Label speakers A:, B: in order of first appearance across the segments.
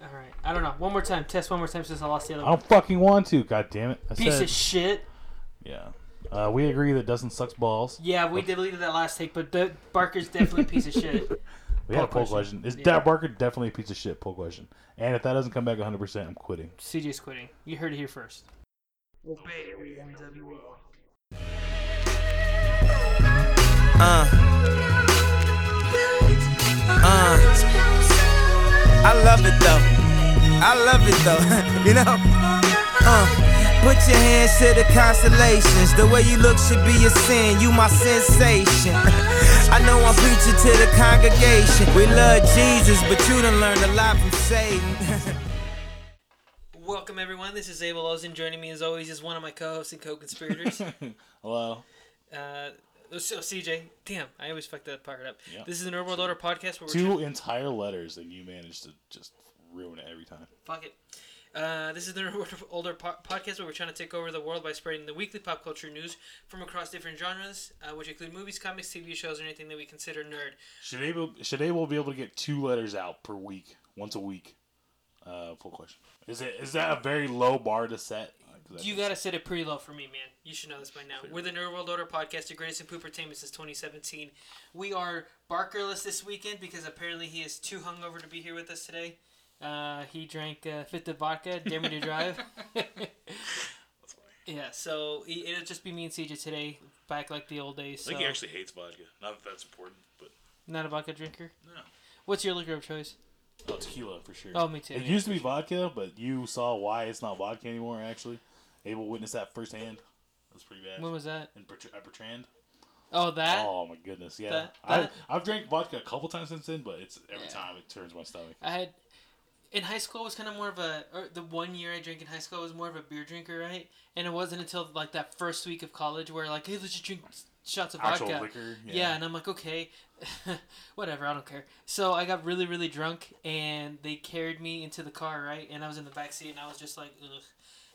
A: right. I don't know. One more time. Test one more time since I lost the other
B: I
A: one.
B: don't fucking want to. God damn it. I
A: Piece
B: said,
A: of shit.
B: yeah. Uh, we agree that Dustin sucks balls.
A: Yeah, we deleted that last take, but the Barker's definitely a piece of shit.
B: We had a
A: Poll
B: poll
A: question.
B: question. Is
A: Yeah.
B: Dad Barker definitely a piece of shit? Poll question. And if that doesn't come back 100%, I'm quitting.
A: CJ's quitting. You heard it here first.
C: Uh. Uh. I love it though. I love it though. you know? Uh. Put your hands to the constellations. The way you look should be a sin. You my sensation. I know I'm preaching to the congregation. We love Jesus, but you done learned a lot from Satan.
A: Welcome, everyone. This is Abel Ozen. Joining me, as always, is one of my co hosts and co conspirators.
B: Hello.
A: uh, so, CJ, damn, I always fuck that part up.
B: Yeah.
A: This is the Nerd World Order podcast where we're
B: Two entire letters, and you managed to just ruin it every time.
A: Fuck it. Uh, this is the Nerd World Older po- podcast where we're trying to take over the world by spreading the weekly pop culture news from across different genres, uh, which include movies, comics, TV shows, or anything that we consider nerd.
B: Should able should able be able to get two letters out per week, once a week. Uh, full question. Is it is that a very low bar to set?
A: You gotta set it pretty low for me, man. You should know this by now. We're the Nerd World Order podcast, the greatest in poop entertainment since 2017. We are Barkerless this weekend because apparently he is too hungover to be here with us today. Uh, he drank uh, fifth of vodka, dare me to drive. yeah, so i- it'll just be me and CJ today, back like the old days.
D: I
A: So.
D: think he actually hates vodka. Not that that's important, but
A: Not a vodka drinker.
D: no.
A: What's your liquor of choice?
B: Oh, tequila for sure.
A: Oh, me too.
B: It used to be vodka, but you saw why it's not vodka anymore. Actually, able witness that firsthand. That's pretty bad.
A: When was that?
B: In Bertr- at Bertrand.
A: Oh, that.
B: Oh my goodness, yeah.
A: that-
B: I
A: that-
B: I've drank vodka a couple times since then, but it's every
A: Yeah.
B: time it turns my stomach.
A: I had in high school was kind of more of a or the one year I drank in high school I was more of a beer drinker, right? And it wasn't until like that first week of college where like, hey, let's just drink shots of
B: Actual
A: vodka.
B: liquor.
A: Yeah. and I'm like, okay, whatever, I don't care. So I got really, really drunk, and they carried me into the car, right? And I was in the back seat, and I was just like, ugh.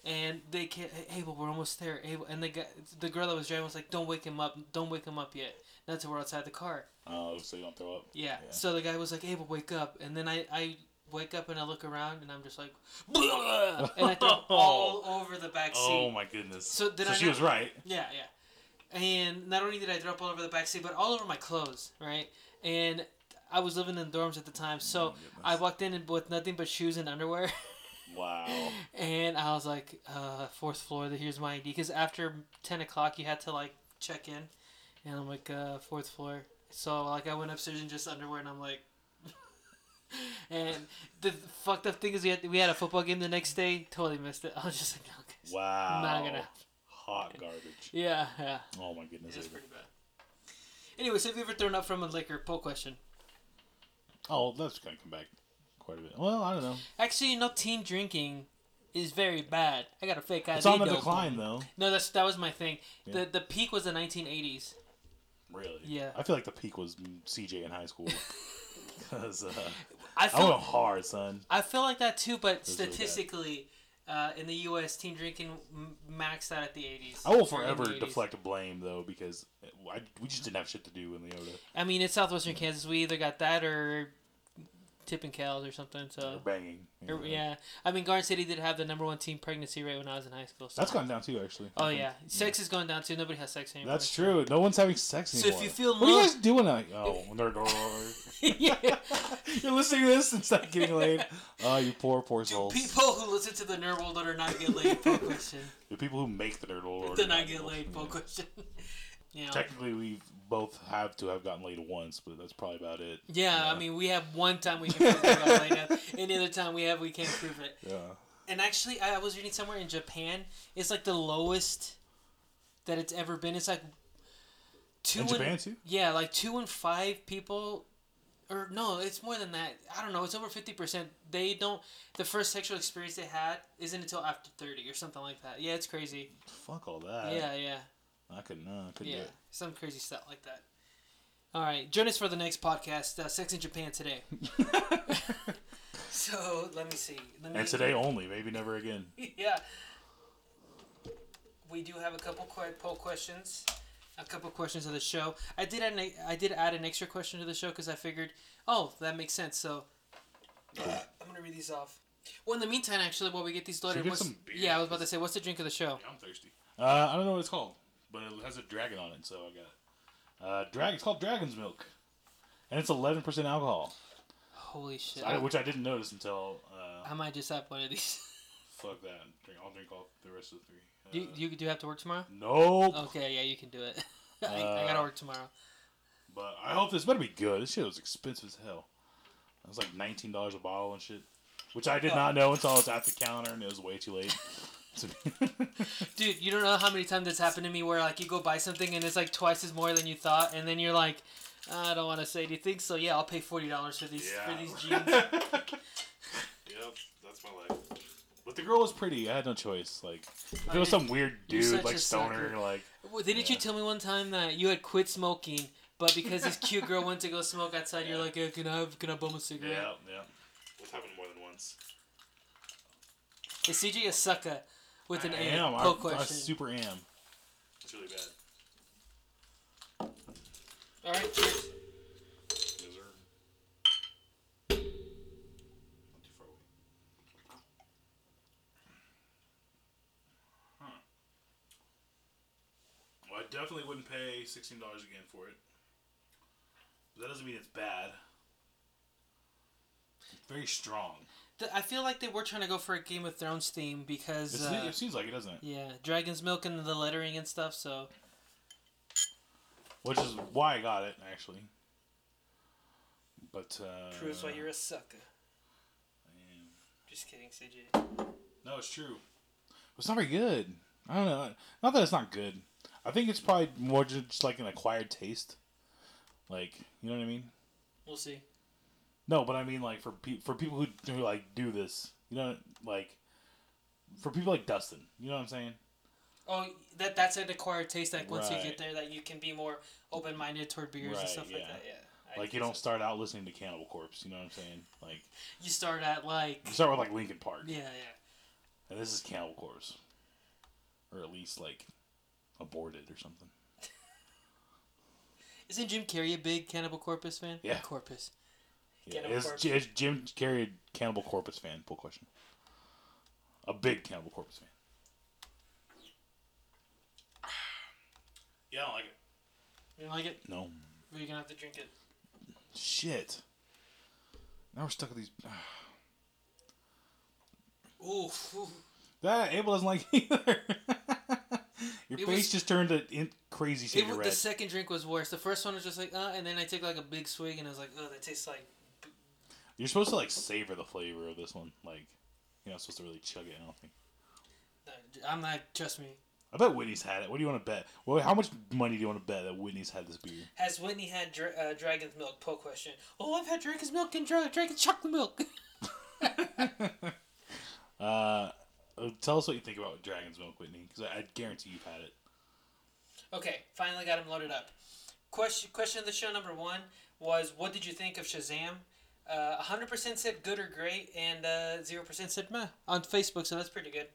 A: And they ca hey, well, we're almost there. Abel. And the guy, the girl that was driving was like, don't wake him up, don't wake him up yet. Not until we're outside the car.
B: Oh, so you don't throw up.
A: Yeah.
B: Yeah.
A: So the guy was like, Abel, wake up. And then I, I wake up and I look around and I'm just like, "Blah!" and I throw all over the back seat.
B: Oh my goodness.
A: So did I
B: she
A: not-
B: was right.
A: Yeah, yeah. And not only did I throw up all over the backseat, but all over my clothes, right? And I was living in dorms at the time, so I walked in and- with nothing but shoes and underwear.
B: Wow.
A: And I was like, uh, fourth floor, th- here's my ID. Because after 10 o'clock, you had to, like, check in. And I'm like, uh, fourth floor. So, like, I went upstairs in just underwear, and I'm like... and the fucked up thing is we had, we had a football game the next day. Totally missed it. I was just like, no, guys.
B: Wow.
A: Not gonna happen.
B: Hot garbage.
A: Yeah, yeah.
B: Oh my goodness.
A: It was pretty bad. Anyway, so have you ever thrown up from a liquor? Poll question.
B: Oh, that's gonna come back quite a bit. Well, I don't know.
A: Actually, no, teen drinking is very bad. I got a fake ID.
B: It's on the
A: though.
B: decline though.
A: No, that's that was my thing.
B: Yeah.
A: The the peak was the 1980s.
B: Really?
A: Yeah.
B: I feel like the peak was CJ in high school. Cause uh,
A: I
B: I went
A: feel
B: hard, son.
A: I feel like that too, but
B: really bad.
A: statistically, uh, in the U.S., teen drinking m- maxed out at the 80s.
B: I will
A: Or in the
B: forever
A: 80s.
B: deflect blame though because I, we just didn't have shit to do in Leota
A: I mean, it's southwestern Kansas. We either got that or tipping cows or something.
B: or
A: So.
B: banging. you
A: or-
B: know.
A: er, yeah, I mean, Garden City did have the number one teen pregnancy rate when I was in high school. So.
B: That's gone down too, actually.
A: Oh yeah, sex is going down too. Nobody has sex anymore.
B: That's true. No one's having sex
A: So if
B: anymore.
A: you feel
B: what are
A: lo-
B: you guys doing? Like, oh, nerd, nerd.
A: yeah.
B: you're listening to this and not getting laid. Oh, you poor, poor
A: Do
B: souls.
A: people who listen to the Nerd World Order not get laid? Poll question.
B: the people who make the nerd lord.
A: Did not get laid? Poll question. You know.
B: Technically, we both have to have gotten laid once, but that's probably about it.
A: Yeah, I mean, we have one time we can prove we got laid up. Any other time we have, we can't prove it.
B: Yeah.
A: And actually, I I was reading somewhere in Japan, it's like the lowest that it's ever been. It's like two
B: In
A: and-
B: Japan too.
A: Yeah, like two in five people, or no, it's more than that. I don't know. It's over fifty percent. They don't. The first sexual experience they had isn't until after thirty or something like that. Yeah, it's crazy.
B: Fuck all that.
A: yeah, yeah,
B: I could not. Could
A: yeah.
B: do it.
A: Some crazy stuff like that. All right, join us for the next podcast, uh, Sex in Japan today. so let me see. Let me,
B: And today only, maybe never again.
A: yeah. We do have a couple quick poll questions, a couple questions of the show. I did add an, I did add an extra question to the show because I figured, oh, that makes sense. So uh, I'm gonna read these off. Well, in the meantime, actually, while we get these loaded,
B: we get
A: what's,
B: some beer?
A: yeah, I was about to say, what's the drink of the show?
B: I'm thirsty. Uh, I don't know what it's called, but it has a dragon on it, so I got it. Uh, drag. It's called Dragon's Milk, and it's 11% alcohol,
A: Holy shit!
B: I-
A: I,
B: which I didn't notice until. Uh,
A: I might just have one of these.
B: fuck that. Drink. I'll drink all the rest of the three. Uh,
A: Do you, you do you have to work tomorrow?
B: nope.
A: Okay, yeah, you can do it. I, I
B: Uh,
A: gotta work tomorrow.
B: But I hope this better be good. This shit was expensive as hell. It was like nineteen dollars a bottle and shit, which I
A: Oh.
B: did not know until I was at the counter and it was way too late. So-
A: Dude, you don't know how many times that's happened to me where like you go buy something and it's like twice as more than you thought, and then you're like, I don't want to say. Do you think so? Yeah, I'll pay forty dollars for these for these jeans.
D: Yep, that's my life.
B: but the girl was pretty. I had no choice. Like if it was some weird
A: You're
B: dude,
A: such
B: like
A: a
B: stoner,
A: sucker.
B: like
A: Well, didn't you tell me one time that you had quit smoking, but because this cute girl went to go smoke outside, you're
B: Yeah.
A: like, "Uh, can I have, can I bum a
B: yeah,
A: cigarette?
B: yeah.
D: It's happened more than once.
A: Is CJ a sucker with an
B: I
A: A?
B: am. I,
A: Poll
B: I
A: question.
B: super am.
D: It's really bad.
A: All right, cheers.
D: Is there- Not too far away.
B: Hmm. Well, I definitely wouldn't pay sixteen dollars again for it. But that doesn't mean it's bad. It's very strong.
A: Th- I feel like they were trying to go for a Game of Thrones theme because
B: It's-
A: uh,
B: it seems like it doesn't. it?
A: yeah, dragon's milk and the lettering and stuff. So
B: Which is why I got it actually. But uh,
A: proves why you're a sucker. Just kidding, CJ.
B: No, it's true. It's not very good. I don't know. Not that it's not good. I think it's probably more ju- just like an acquired taste. Like, you know what I mean?
A: We'll see.
B: No, but I mean like for pe- for people who do like do this, you know, like for people like Dustin, you know what I'm saying?
A: Oh, that that's an acquired taste. Like once you
B: Right.
A: get there, that you can be more open minded toward beers
B: Right,
A: and stuff
B: yeah.
A: like that. Yeah. I
B: Like you
A: think
B: don't
A: so.
B: start out listening to Cannibal Corpse, you know what I'm saying? Like
A: You start at like.
B: you start with like Linkin Park,
A: Yeah, yeah.
B: and this is Cannibal Corpse, or at least like aborted or something.
A: Isn't Jim Carrey a big Cannibal Corpus fan?
B: Yeah.
A: Corpus.
B: Yeah,
A: Cannibal
B: is,
A: Corpse.
B: is Jim Carrey a Cannibal Corpus fan? Pull question. A big Cannibal Corpus fan.
D: Yeah, I don't like it.
A: You don't like it?
B: No.
A: Or you're gonna have to drink it.
B: Shit. Now we're stuck with these.
A: Ooh.
B: That Abel doesn't like either. Your
A: It
B: face
A: was-
B: just turned to in crazy shade
A: It
B: of
A: was,
B: red.
A: the second drink was worse. The first one was just like, uh, and then I took like a big swig and I was like, oh, that tastes like.
B: You're supposed to like savor the flavor of this one. Like, you're not supposed to really chug it. I don't think.
A: uh, I'm not. Trust me.
B: I bet Whitney's had it. What do you want to bet? Well, how much money do you want to bet that Whitney's had this beer?
A: Has Whitney had dra- uh, dragon's milk? Poll question. Oh, I've had dragon's milk and dra- dragon's chocolate milk.
B: Uh, tell us what you think about Dragon's Milk, Whitney, because I, I guarantee you've had it.
A: okay, finally got him loaded up. Question question of the show number one was, what did you think of Shazam? Uh, 100% said good or great, and uh, 0% said meh on Facebook, so that's pretty good.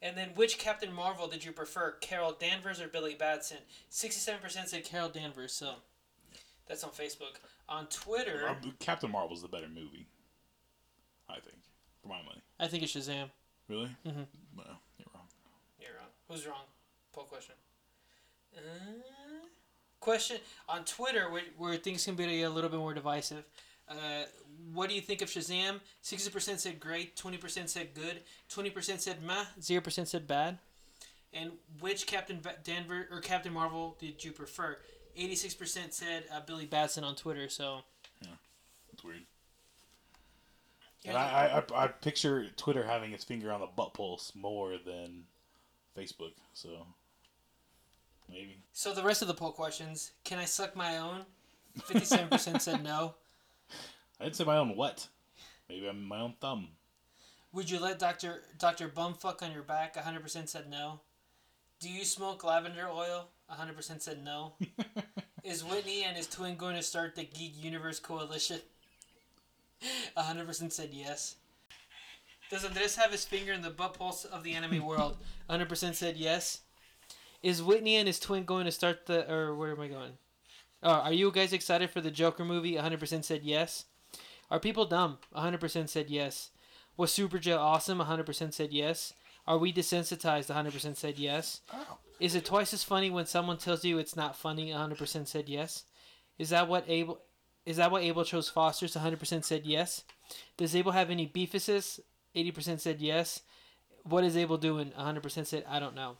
A: And then, which Captain Marvel did you prefer, Carol Danvers or Billy Batson? 67% said Carol Danvers, so that's on Facebook. On Twitter,
B: Uh, Captain Marvel's the better movie, I think, for my money.
A: I think it's Shazam.
B: Really? Mm-hmm. No, you're wrong.
A: You're wrong. Who's wrong? Poll question. Uh, question on Twitter, where, where things can be a little bit more divisive. Uh, what do you think of Shazam? Sixty percent said great, twenty percent said good, twenty percent said meh, zero percent said bad. And which Captain Ba- Danver or Captain Marvel did you prefer? Eighty-six percent said uh, Billy Batson on Twitter. So
B: It's weird. And I, I, I, I picture Twitter having its finger on the butt pulse more than Facebook, so maybe.
A: So the rest of the poll questions: Can I suck my own? Fifty-seven percent said no.
B: I didn't say my own what. Maybe I'm my own thumb.
A: Would you let Doctor Doctor Bumfuck on your back? One hundred percent said no. Do you smoke lavender oil? One hundred percent said no. Is Whitney and his twin going to start the Geek Universe Coalition? One hundred percent said yes. Does Andres have his finger in the butt pulse of the anime world? One hundred percent said yes. Is Whitney and his twin going to start the or where am I going? Oh, are you guys excited for the Joker movie? One hundred percent said yes. Are people dumb? One hundred percent said yes. Was Super Jet awesome? 100% said yes. Are we desensitized? 100% said yes.
B: Oh.
A: Is it twice as funny when someone tells you it's not funny? 100% said yes. Is that what Abel? Is that why Abel chose Foster's? 100% said yes. Does Abel have any beefuses? 80% said yes. What is Abel doing? 100% said I don't know.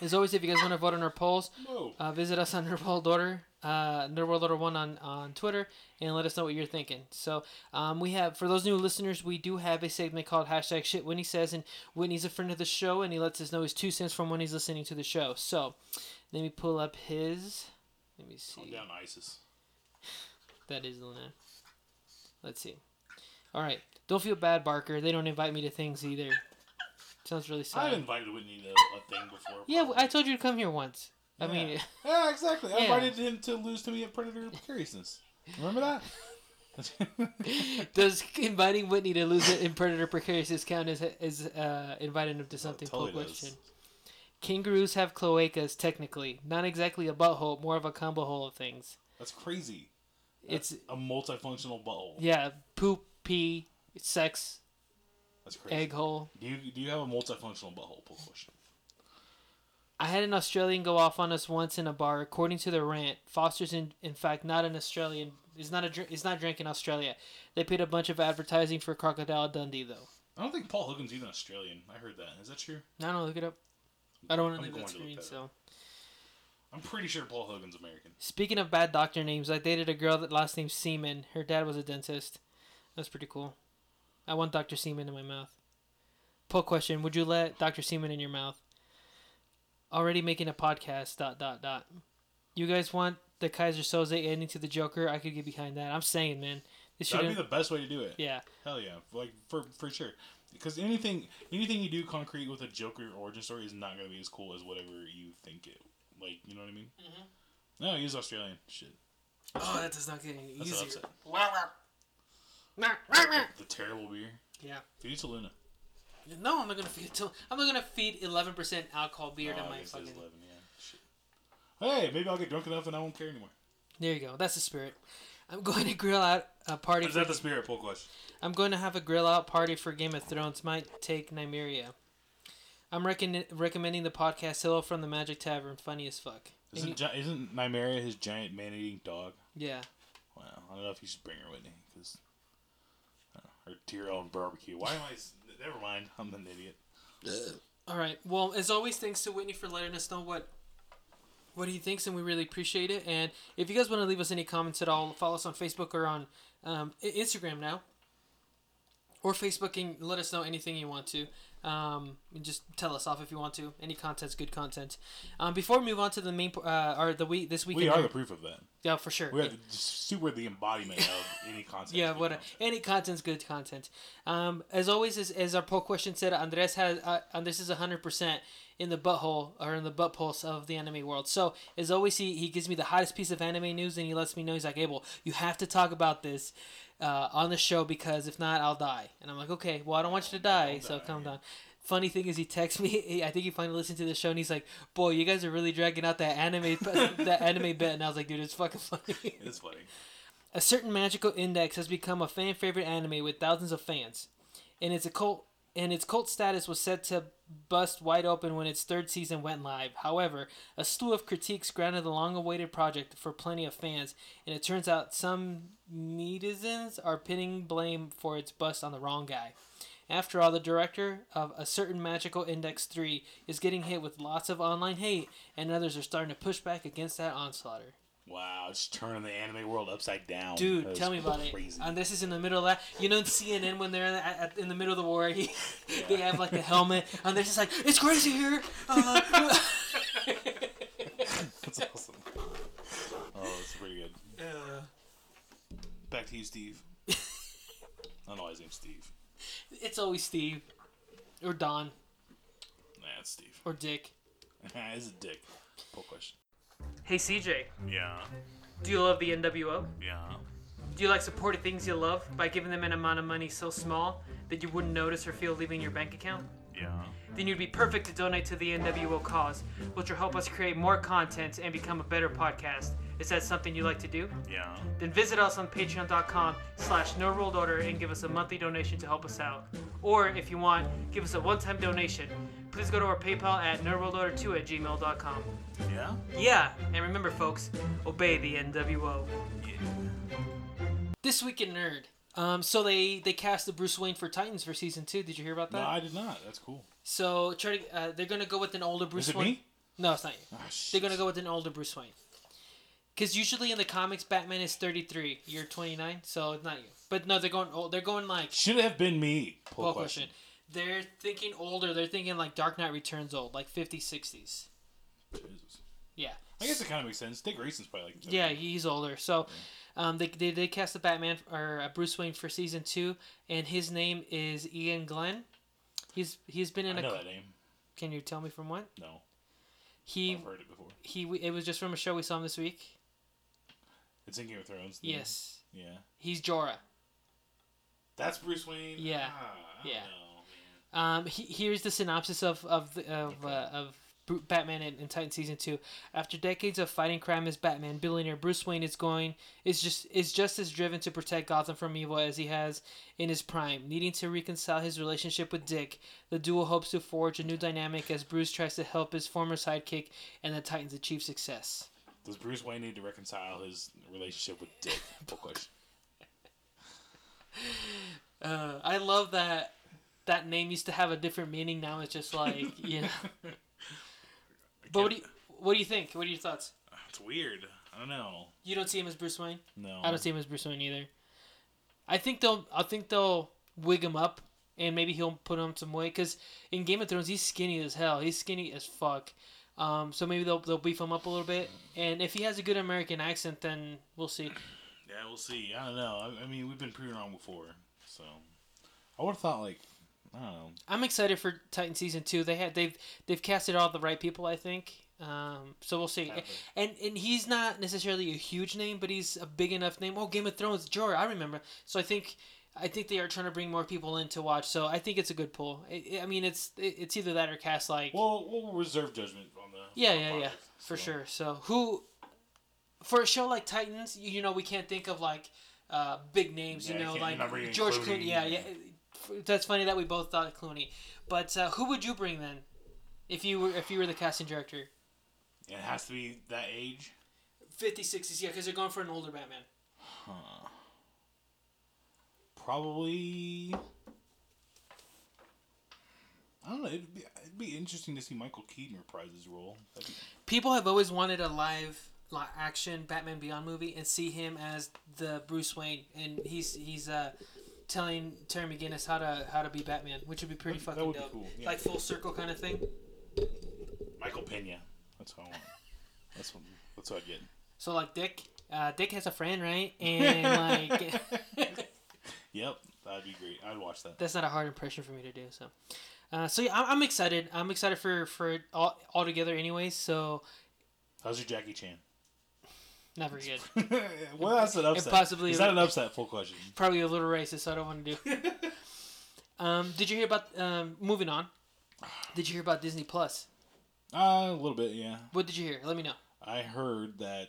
A: As always, if you guys want to vote on our polls,
B: Whoa.
A: uh, visit us on Nerdworld Order, uh, Nerdworld Order One on on Twitter, and let us know what you're thinking. So um, we have for those new listeners, we do have a segment called hashtag Shit Whitney Says, and Whitney's a friend of the show, and he lets us know his two cents from when he's listening to the show. So let me pull up his. Let me see.
B: Calm down, ISIS.
A: That is Luna. Let's see. All right. Don't feel bad, Barker. They don't invite me to things either. Sounds really sad.
B: I've invited Whitney to a thing before.
A: Uh, Yeah,
B: probably.
A: I told you to come here once. I
B: Yeah.
A: mean,
B: yeah, exactly. I
A: Yeah.
B: invited him to lose to me at Predator Curiousness. Remember that?
A: Does inviting Whitney to lose it in Predator Precarious count as, as uh, inviting him to something?
B: totally
A: Poll
B: does.
A: question. Kangaroos have cloacas, technically. Not exactly a butthole, more of a combo hole of things.
B: That's crazy.
A: It's,
B: A multifunctional butthole.
A: yeah, poop, pee, sex,
B: That's crazy.
A: egg hole.
B: Do you do you have a multifunctional butthole poll question?
A: I had an Australian go off on us once in a bar. According to the rant, Foster's in, in fact not an Australian. Is not a dr- is not drink in Australia. They paid a bunch of advertising for Crocodile Dundee though.
B: I don't think Paul Hogan's even Australian. I heard that. Is that true?
A: I don't know. Look it up. I don't want
B: I'm
A: to leave
B: going
A: that
B: to look
A: screen.
B: that up.
A: so
B: I'm pretty sure Paul Hogan's American.
A: speaking of bad doctor names, I dated a girl that last name Seaman. Her dad was a dentist. That's pretty cool. I want Doctor Seaman in my mouth. Poll question: Would you let Doctor Seaman in your mouth? Already making a podcast. Dot dot dot. You guys want the Kaiser Soze ending to the Joker? I could get behind that. I'm saying, man, this should.
B: That'd be the best way to do it.
A: yeah,
B: Hell yeah, like for for sure. Because anything anything you do concrete with a Joker origin story is not gonna be as cool as whatever you think it. Like you know what I mean?
A: Mm-hmm.
B: No, he's Australian. Shit.
A: Oh, that does not get any
B: That's
A: easier.
B: an upset.
A: Wow, wow. Wow, wow.
B: The terrible beer.
A: Yeah.
B: Feed it to Luna.
A: No, I'm not gonna feed. Till, I'm not gonna feed 11% alcohol beer
B: Oh,
A: to
B: I
A: my
B: guess it is
A: fucking.
B: 11, yeah. Shit. Hey, maybe I'll get drunk enough and I won't care anymore.
A: There you go. That's the spirit. I'm going to grill out a party.
B: Is
A: For,
B: that the spirit poll question?
A: I'm going to have a grill out party for Game of Thrones. Might take Nymeria. I'm recon- recommending the podcast Hello from the Magic Tavern. Funny as fuck. And you-
B: Isn't gi- isn't Nymeria his giant man eating dog?
A: yeah.
B: Wow, I don't know if you should bring her with me because or to your own barbecue. Why am I? s- Never mind. I'm an idiot.
A: All right. Well, as always, thanks to Whitney for letting us know what what he thinks, and we really appreciate it. And if you guys want to leave us any comments at all, follow us on Facebook or on um, I- Instagram now, or Facebook, and let us know anything you want to. Um, and just tell us off if you want to. Any content's good content. Um, before we move on to the main po- uh, or the week this
B: We
A: weekend,
B: are the proof of that.
A: yeah for sure.
B: We are
A: Yeah.
B: the, just super the embodiment of any concept.
A: Yeah,
B: we
A: what
B: want.
A: any content's good content. Um, as always, as, as our poll question said, Andres has uh, Andres is hundred percent in the butthole or in the butt pulse of the anime world. So as always, he, he gives me the hottest piece of anime news, and he lets me know he's like, Abel, you have to talk about this uh, on the show because if not, I'll die. And I'm like, okay, well, I don't want you to die, so calm down. Funny thing is, he texts me. He, I think he finally listened to the show, and he's like, "Boy, you guys are really dragging out that anime, that anime bit." And I was like, "Dude, it's fucking funny."
B: It's funny.
A: A certain magical index has become a fan favorite anime with thousands of fans, and its cult and its cult status was set to bust wide open when its third season went live. However, a slew of critiques grounded the long-awaited project for plenty of fans, and it turns out some netizens are pinning blame for its bust on the wrong guy. After all, the director of A Certain Magical Index 3 is getting hit with lots of online hate, and others are starting to push back against that onslaught.
B: Wow, it's turning the anime world upside down.
A: Dude,
B: That
A: tell me
B: is
A: about
B: crazy.
A: it. And this is in the middle of that. You know, in CNN when they're at, at, in the middle of the war, he, they have like the helmet, and they're just like, "It's crazy here." Uh,
B: That's awesome. Oh, that's pretty good. Back to you, Steve. I don't know why his name's Steve.
A: it's always Steve, or Don,
B: Nah, it's Steve.
A: or Dick.
B: He's a dick. Poll question.
A: Hey CJ,
B: Yeah,
A: do you love the NWO?
B: yeah.
A: Do you like supporting things you love by giving them an amount of money so small that you wouldn't notice or feel leaving your bank account?
B: Yeah.
A: Then you'd be perfect to donate to the NWO cause, which will help us create more content and become a better podcast. Is that something you like to do?
B: Yeah.
A: Then visit us on patreon.com slash no world order and give us a monthly donation to help us out. Or if you want, give us a one-time donation. Please go to our PayPal at nerdworldorder2 at gmail.com.
B: Yeah.
A: Yeah, and remember folks, obey the NWO. This week in Nerd. Um, so they, they cast the Bruce Wayne for Titans for season two. Did you hear about that?
B: No, I did not. That's cool.
A: So try to, uh, they're gonna go with an older Bruce
B: Is it
A: Wayne.
B: me?
A: No, it's not you.
B: Ah,
A: They're
B: shit.
A: gonna go with an older Bruce Wayne. Because usually in the comics, Batman is thirty three. You're twenty nine, so it's not you. But no, they're going old. They're going like
B: Should have been me. Poll
A: poll
B: question.
A: question. They're thinking older. They're thinking like Dark Knight Returns old, like 50s, 60s.
B: Jesus.
A: Yeah.
B: I guess it kind of makes sense. Dick Grayson's probably like.
A: Yeah, he's older. So, um, they they, they cast a Batman or a Bruce Wayne for season two, and his name is Ian Glenn. He's he's been in
B: I
A: a.
B: know that name.
A: Can you tell me from what
B: No,
A: he
B: I've heard it before.
A: he? It was just from a show we saw him this week.
B: It's in Game of Thrones. the-
A: Yes,
B: Yeah.
A: he's Jorah.
B: That's Bruce Wayne.
A: Yeah.
B: Ah, I don't
A: Yeah.
B: know, man.
A: Um, he, here's the synopsis of of the, of, uh, of Bru- Batman in, in Titan season two. After decades of fighting crime as Batman, billionaire Bruce Wayne is going is just is just as driven to protect Gotham from evil as he has in his prime. Needing to reconcile his relationship with Dick, the duo hopes to forge a new dynamic as Bruce tries to help his former sidekick and the Titans achieve success.
B: Does Bruce Wayne need to reconcile his relationship with Dick? Poll question.
A: Uh, I love that that name used to have a different meaning. Now it's just like you know. But what do you, what do you think? What are your thoughts?
B: It's weird. I don't know.
A: You don't see him as Bruce Wayne.
B: No.
A: I don't see him as Bruce Wayne either. I think they'll. I think they'll wig him up, and maybe he'll put on some weight. Cause in Game of Thrones, he's skinny as hell. He's skinny as fuck. Um, so maybe they'll they'll beef him up a little bit. And if he has a good American accent, then we'll see.
B: Yeah, we'll see. I don't know. I, I mean, we've been pretty wrong before, so I would have thought like I don't know.
A: I'm excited for Titan season two. They had they've they've casted all the right people, I think. Um, so we'll see.
B: Probably.
A: And and he's not necessarily a huge name, but he's a big enough name. Oh, Game of Thrones, Jorah, I remember. So I think I think they are trying to bring more people in to watch. So I think it's a good pull. I, I mean, it's it, it's either that or cast like
B: Well, we'll reserve judgment on the.
A: yeah,
B: on
A: yeah, yeah,
B: product,
A: for
B: so.
A: sure. So who, for a show like Titans, you, you know, we can't think of like uh, big names.
B: Yeah,
A: you
B: you
A: know,
B: can't
A: like
B: remember even
A: George
B: Clooney.
A: Clooney. Yeah, yeah. F- That's funny that we both thought Clooney. But uh, who would you bring then, if you were if you were the casting director?
B: It has to be that age.
A: 50, 60s, yeah, because they're going for an older Batman.
B: Probably. I don't know. It'd be, it'd be interesting to see Michael Keaton reprise his role. That'd be-
A: People have always wanted a live li- action Batman Beyond movie and see him as the Bruce Wayne, and he's he's uh, telling Terry McGinnis how to how to be Batman, which would be pretty
B: That- that
A: fucking
B: would be
A: dope.
B: cool, yeah.
A: Like full circle kind of thing.
B: Michael Pena. That's what I want. That's what. That's what I get.
A: So like Dick, uh, Dick has a friend, right? And like
B: Yep, that'd be great. I'd watch that.
A: that's not a hard impression for me to do. So, uh, so yeah, I'm, I'm excited. I'm excited for for it all all together, anyways. So
B: How's your Jackie Chan?
A: never good.
B: well, that's an upset.
A: possibly-
B: is that an upset? Full question.
A: Probably a little racist. So I don't want to do. um, did you hear about? Um, moving on. Did you hear about Disney Plus?
B: Uh, a little bit, yeah.
A: What did you hear? Let me know.
B: I heard that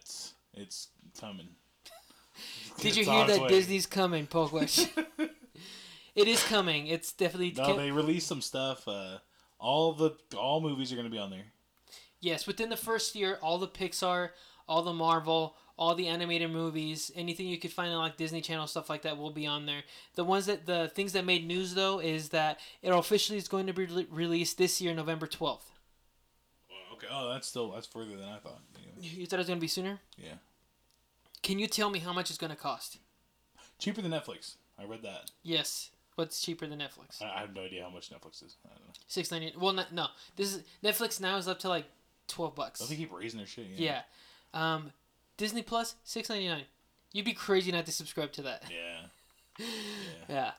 B: it's coming.
A: Did
B: It's
A: you
B: on
A: hear
B: its
A: that
B: way.
A: Disney's coming? Poke question. it is coming. It's definitely.
B: No, they released some stuff. Uh, all the all movies are gonna be on there.
A: Yes, within the first year, all the Pixar, all the Marvel, all the animated movies, anything you could find on like Disney Channel stuff like that will be on there. The ones that the things that made news though is that it officially is going to be re- released this year, November twelfth.
B: Okay. Oh, that's still that's further than I thought. Anyway,
A: You thought it was going to be sooner?
B: yeah,
A: Can you tell me how much it's going to cost?
B: cheaper than Netflix. I read that.
A: Yes. What's cheaper than Netflix?
B: I, I have no idea how much Netflix is. I don't know.
A: Six ninety. Well, no, no. This is Netflix now is up to like twelve bucks.
B: Don't they keep raising their shit?
A: Yeah. Um, Disney Plus six ninety nine. You'd be crazy not to subscribe to that.
B: Yeah.
A: Yeah.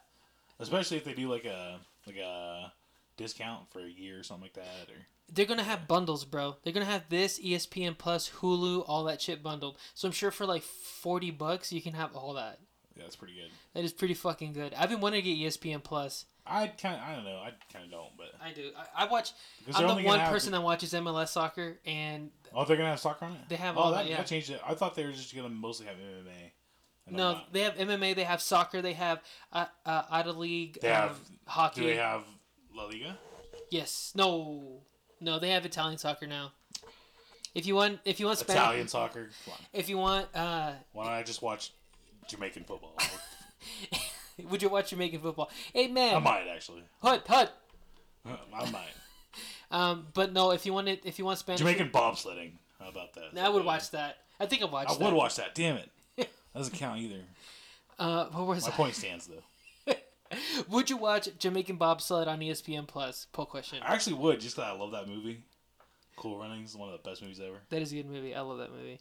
B: Especially if they do like a like a discount for a year or something like that. Or
A: They're gonna have bundles, bro. They're gonna have this E ESPN Plus, Hulu, all that shit bundled. So I'm sure for like forty bucks, you can have all that.
B: yeah, that's pretty good.
A: E That is pretty fucking good. I've been wanting to get ESPN Plus.
B: I kind of, I don't know. I kind of don't, but
A: I do. I, I watch.
B: because
A: I'm
B: they're
A: the
B: only gonna
A: one
B: have-
A: person that watches MLS soccer, and
B: Oh, they're gonna have soccer on it.
A: They have
B: Oh,
A: all
B: that,
A: that, yeah.
B: that changed it. I thought they were just gonna mostly have MMA. And
A: no,
B: I'm not.
A: they have MMA, they have soccer, they have uh, uh, out of league
B: They
A: um,
B: have-
A: hockey.
B: do they have La Liga?
A: Yes. No. No, they have Italian soccer now. If you want, if you want Spanish,
B: Italian soccer. Come on.
A: if you want, uh,
B: Why don't I just watch Jamaican football?
A: would you watch Jamaican football? Hey man,
B: I might actually.
A: hut hut.
B: I might.
A: Um, but no, if you want it, if you want Spanish,
B: Jamaican bobsledding. How about that?
A: I would watch that. I think I'd watch.
B: I
A: that.
B: would watch that. Damn it. That doesn't count either.
A: Uh, what was
B: My
A: I?
B: point stands though.
A: Would you watch Jamaican bobsled on E ESPN Plus? Poll question.
B: I actually would. Just 'cause I love that movie. Cool Runnings is one of the best movies ever.
A: That is a good movie. I love that movie.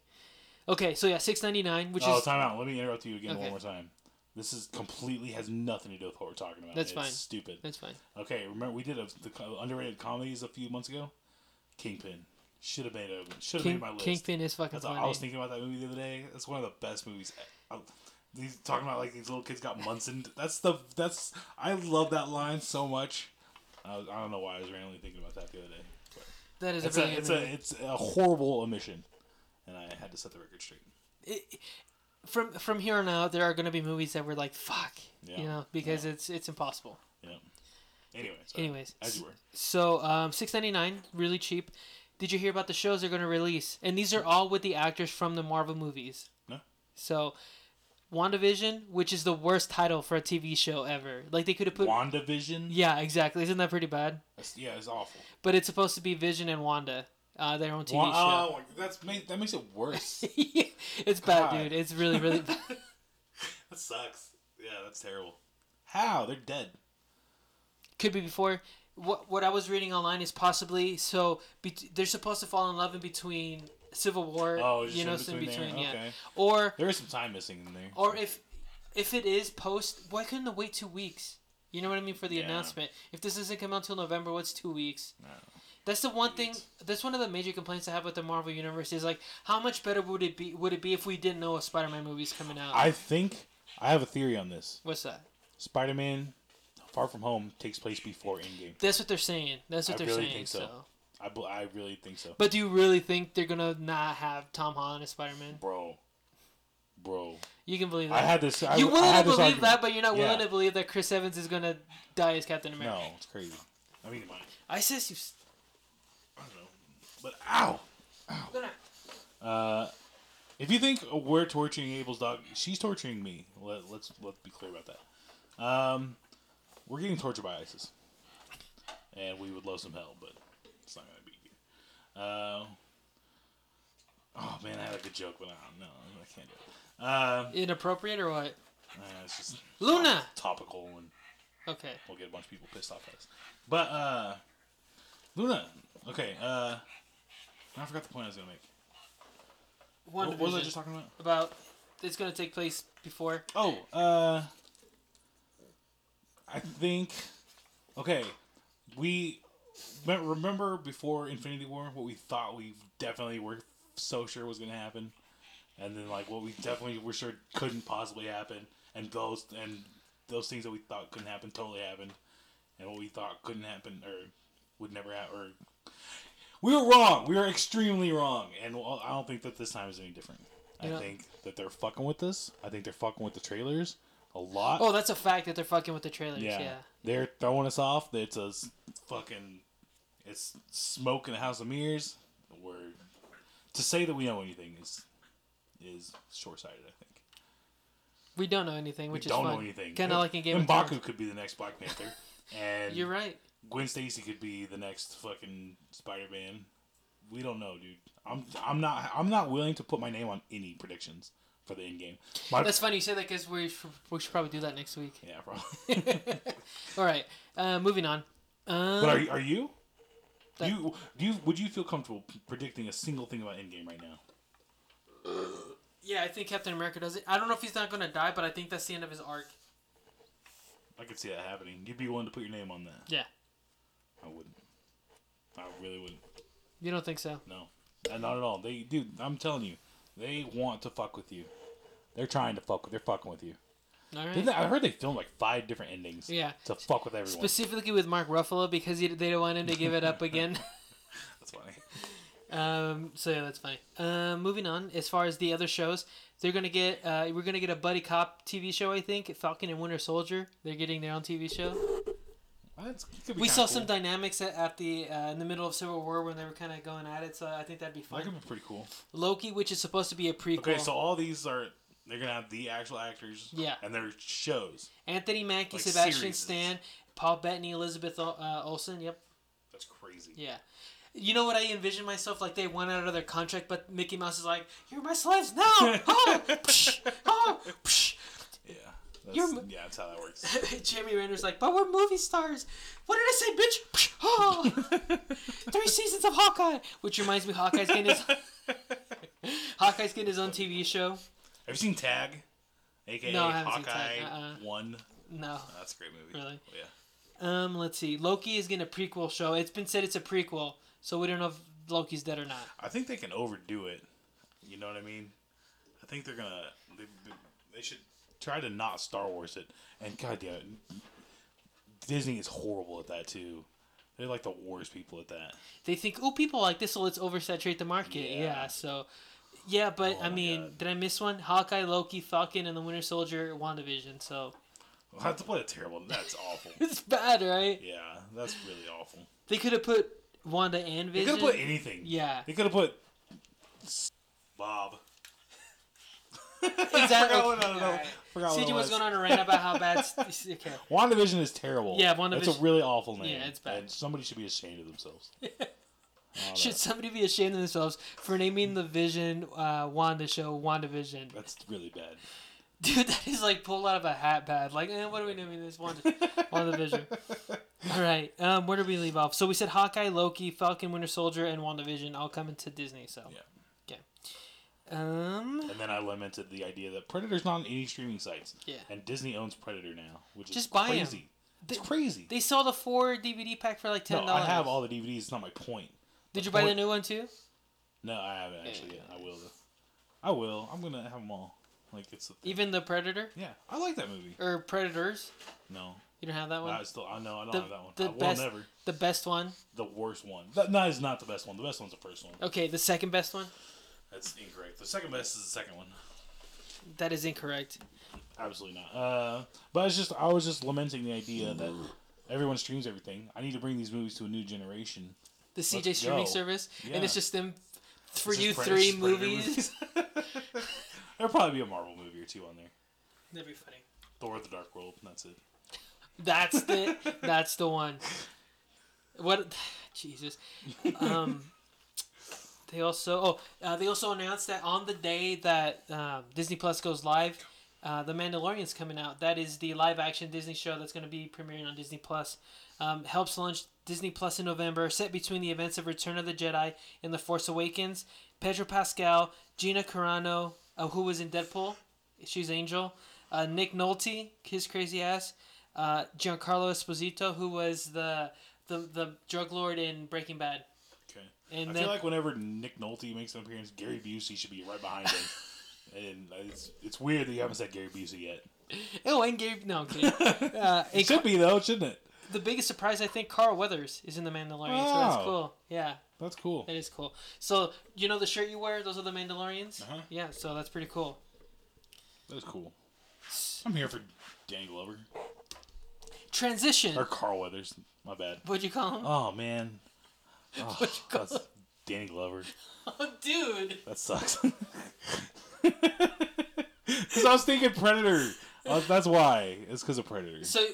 A: Okay, so yeah, six ninety nine, which
B: oh,
A: is
B: time out. Let me interrupt you again
A: Okay.
B: one more time. This is completely has nothing to do with what we're talking about.
A: That's
B: it's
A: fine.
B: Stupid.
A: that's fine.
B: Okay, remember we did a, the co- underrated comedies a few months ago. Kingpin should have made a should have
A: King,
B: made my list.
A: Kingpin is fucking
B: That's
A: funny.
B: I was thinking about that movie the other day. It's one of the best movies. e- I, these talking about like these little kids got Munson. That's the that's I love that line so much. I, was- I don't know why I was randomly thinking about that the other day. But
A: that is
B: it's
A: a
B: a
A: really good
B: it's
A: movie.
B: a it's a horrible omission, and I had to set the record straight.
A: it- from from here on out, there are going to be movies that we're like, fuck,
B: Yeah.
A: you know, because it's it's impossible.
B: Yeah. Anyway. sorry.
A: Anyways.
B: as you were.
A: So, um, six ninety nine, really cheap. Did you hear about the shows they're going to release? And these are all with the actors from the Marvel movies.
B: No.
A: So, WandaVision, which is the worst title for a TV show ever. Like they could have put.
B: WandaVision.
A: yeah, exactly. Isn't that pretty bad?
B: That's- Yeah, it's awful.
A: But it's supposed to be Vision and Wanda, uh, their own TV
B: Wa-
A: show.
B: oh, that's made, that makes it worse.
A: it's bad,
B: God.
A: dude. It's really, really bad.
B: That sucks. Yeah, that's terrible. How? They're dead.
A: could be before. What what I was reading online is possibly so bet- they're supposed to fall in love in between Civil War.
B: Oh, it's
A: you know,
B: just
A: so
B: in
A: in
B: between there?
A: between, yeah.
B: Okay.
A: Or
B: There is some time missing in there.
A: or if if it is post, why couldn't they wait two weeks? You know what I mean for the
B: Yeah.
A: announcement. If this doesn't come out till November, what's two weeks? That's the one thing. That's one of the major complaints I have with the Marvel universe is like, how much better would it be? Would it be if we didn't know a Spider-Man movie's coming out?
B: I think I have a theory on this.
A: What's that?
B: Spider-Man: Far From Home takes place before Endgame.
A: That's what they're saying. That's what
B: I
A: they're
B: really
A: saying.
B: think so.
A: so.
B: I, bel- I really think so,
A: But do you really think they're gonna not have Tom Holland as Spider Man?
B: bro, bro. I
A: You can believe that.
B: I had this. I,
A: You're
B: I
A: willing to
B: had
A: believe
B: this
A: that,
B: argument.
A: but you're not willing
B: Yeah.
A: to believe that Chris Evans is gonna die as Captain America.
B: no, it's crazy. I mean, my-
A: I says you. s-
B: I don't know, but ow.
A: Gonna...
B: If you think we're torturing Abel's dog, she's torturing me. Let, let's let's be clear about that. Um, we're getting tortured by ISIS, and we would love some help, but it's not gonna be good. Uh, oh man, I had a good joke, but I don't know. I can't do it. Um,
A: Inappropriate or what?
B: uh, it's just
A: Luna.
B: topical, and
A: Okay.
B: we'll get a bunch of people pissed off at us. But uh, Luna, okay. Uh, I forgot the point I was gonna make.
A: One.
B: What, what was I just talking about?
A: about? It's gonna take place before.
B: Oh, uh, I think. Okay, we me- remember before Infinity War what we thought we definitely were so sure was going to happen, and then like what we definitely were sure couldn't possibly happen, and those and those things that we thought couldn't happen totally happened, and what we thought couldn't happen or would never happen or. We were wrong. We were extremely wrong, and well, I don't think that this time is any different. I
A: Yeah.
B: think that they're fucking with us. I think they're fucking with the trailers a lot.
A: Oh, that's a fact that they're fucking with the trailers. Yeah.
B: Yeah. They're throwing us off. It's a s- fucking it's smoke in a house of mirrors. We're to say that we know anything is is short sighted, I think.
A: We don't know anything, which
B: we
A: is
B: don't
A: fun.
B: know anything.
A: Kind of like in Game
B: and
A: of Thrones.
B: Baku could be the next Black Panther. and
A: You're right.
B: Gwen Stacy could be the next fucking Spider Man. We don't know, dude. I'm I'm not I'm not willing to put my name on any predictions for the end game. My,
A: That's funny you say that because we should- we should probably do that next week.
B: yeah, probably.
A: All right. Uh, moving on. Um,
B: But are you, are you?
A: That-
B: you do you would you feel comfortable p- predicting a single thing about Endgame right now?
A: Yeah, I think Captain America does it. I don't know if he's not gonna die, but I think that's the end of his arc.
B: I could see that happening. You'd be willing to put your name on that.
A: Yeah.
B: I wouldn't. I really wouldn't.
A: You don't think so?
B: No, Uh, not at all. They, dude, I'm telling you, they want to fuck with you. They're trying to fuck. They're fucking with you.
A: All right.
B: Didn't they- I heard they filmed like five different endings.
A: Mm. Yeah.
B: To fuck with everyone.
A: Specifically with Mark Ruffalo because he, they don't want him to give it up again.
B: That's funny.
A: Um, so yeah, that's funny. Uh, moving on, as far as the other shows, they're gonna get uh, we're gonna get a buddy cop TV show. I think Falcon and Winter Soldier. They're getting their own TV show.
B: That's, could
A: We
B: be kinda
A: saw
B: cool.
A: some dynamics at, at the uh, in the middle of Civil War when they were kind of going at it. So I think that'd be
B: That
A: fun.
B: could be pretty cool.
A: Loki, which is supposed to be a prequel.
B: Okay, so all these are they're gonna have the actual actors.
A: Yeah.
B: And their shows.
A: Anthony Mackie,
B: like
A: Sebastian
B: series.
A: Stan, Paul Bettany, Elizabeth Ol- uh, Olsen. Yep.
D: That's crazy.
A: Yeah. You know what I envision myself like they went out of their contract, but Mickey Mouse is like, "You're my slaves now!" Oh, psh, oh, psh.
B: Yeah. That's,
A: You're-
B: yeah, that's how that works.
A: Jeremy Renner's like, but we're movie stars. What did I say, bitch? Oh, three seasons of Hawkeye, which reminds me, Hawkeye's getting his Hawkeye's getting his own TV show.
B: Have you seen Tag? AKA
A: No, I haven't seen
B: Hawkeye
A: Tag, uh-uh.
B: One.
A: No,
B: That's a great movie. Oh,
A: Really?
B: Yeah.
A: um, let's see. Loki is getting a prequel show. It's been said it's a prequel, so we don't know if Loki's dead or not.
B: I think they can overdo it. You know what I mean? I think they're gonna. They, they should try to not Star Wars it. And goddamn it, Disney is horrible at that too. They're like the worst people at that.
A: They think, oh, people like this, so let's oversaturate the market. Yeah,
B: Yeah.
A: so. Yeah, but
B: Oh
A: I
B: my
A: mean,
B: God.
A: did I miss one? Hawkeye, Loki, Falcon, and the Winter Soldier, WandaVision. So
B: That's what a terrible. That's awful.
A: it's bad, right?
B: Yeah, that's really awful.
A: They could have put Wanda and
B: They
A: Vision.
B: could have put anything.
A: Yeah.
B: They could have put Bob.
A: Exactly.
B: Forgot what- no, no, no.
A: Alright.
B: Forgot what
A: CG
B: it
A: was
B: was.
A: going on a rant about how bad. Okay.
B: WandaVision is terrible.
A: Yeah,
B: It's
A: WandaVision-
B: a really awful name.
A: Yeah, it's bad.
B: And somebody should be ashamed of themselves. Oh,
A: Should somebody be ashamed of themselves for naming the Vision uh, Wanda show WandaVision?
B: That's really bad.
A: Dude, that is like pulled out of a hat bad. Like, eh, what are we naming this Wanda WandaVision? All right. Um, where did we leave off? So we said Hawkeye, Loki, Falcon, Winter Soldier, and WandaVision all coming to Disney. So.
B: Yeah.
A: Okay. Um,
B: And then I lamented the idea that Predator's not on any streaming sites.
A: Yeah.
B: And Disney owns Predator now, which is
A: Just buy 'em.
B: crazy. It's crazy.
A: they sold a four DVD pack for like ten
B: no,
A: dollars.
B: I have all the DVDs. It's not my point.
A: Did you buy the
B: point-
A: new one too?
B: No, I haven't actually yet. I will. though. I will. I'm gonna have them all. Like it's. A thing.
A: Even the Predator
B: Yeah, I like that movie.
A: or Predators?
B: No,
A: You don't have that one.
B: I still. I know. I don't
A: the,
B: have that one.
A: the
B: I will
A: best,
B: never.
A: The best one.
B: The worst one. That, that is not the best one. The best one's the first one.
A: Okay, the second best one.
B: That's incorrect. The second best is the second one.
A: That is incorrect.
B: Absolutely not. Uh, but it's just I was just lamenting the idea that everyone streams everything. I need to bring these movies to a new generation.
A: The CJ
B: Let's
A: streaming
B: go.
A: service,
B: Yeah.
A: and it's just them for
B: It's
A: you
B: just Predator-
A: three
B: just Predator
A: movies.
B: There'll probably be a Marvel movie or two on there.
A: That'd be funny.
B: Thor: The Dark World. and That's it.
A: That's the that's the one. What, Jesus. Um, they also oh uh, they also announced that on the day that um, Disney Plus goes live, uh, The Mandalorian's coming out. That is the live action Disney show that's going to be premiering on Disney Plus. Um, helps launch Disney Plus in November. Set between the events of Return of the Jedi and The Force Awakens. Pedro Pascal, Gina Carano, uh, who was in Deadpool, she's Angel. Uh, Nick Nolte, his crazy ass. Uh, Giancarlo Esposito, who was the the, the drug lord in Breaking Bad.
B: Okay.
A: And
B: I
A: then-
B: feel like whenever Nick Nolte makes an appearance, Gary Busey should be right behind him. and it's it's weird that you haven't said Gary Busey yet.
A: Oh, and Gabe. No, I'm kidding. uh, and
B: It should be though, shouldn't it?
A: the biggest surprise, I think, Carl Weathers is in the Mandalorian. So that's
B: Wow.
A: cool. Yeah,
B: That's cool.
A: that is cool. So you know the shirt you wear; those are the Mandalorians.
B: Uh-huh.
A: Yeah, so that's pretty cool.
B: That's cool. I'm here for Danny Glover
A: Transition.
B: or Carl Weathers. My bad.
A: What'd you call him?
B: Oh man. Oh, that's Danny Glover.
A: Oh, dude.
B: That sucks. Because I was thinking Predator. Uh, that's why. It's because of Predator.
A: So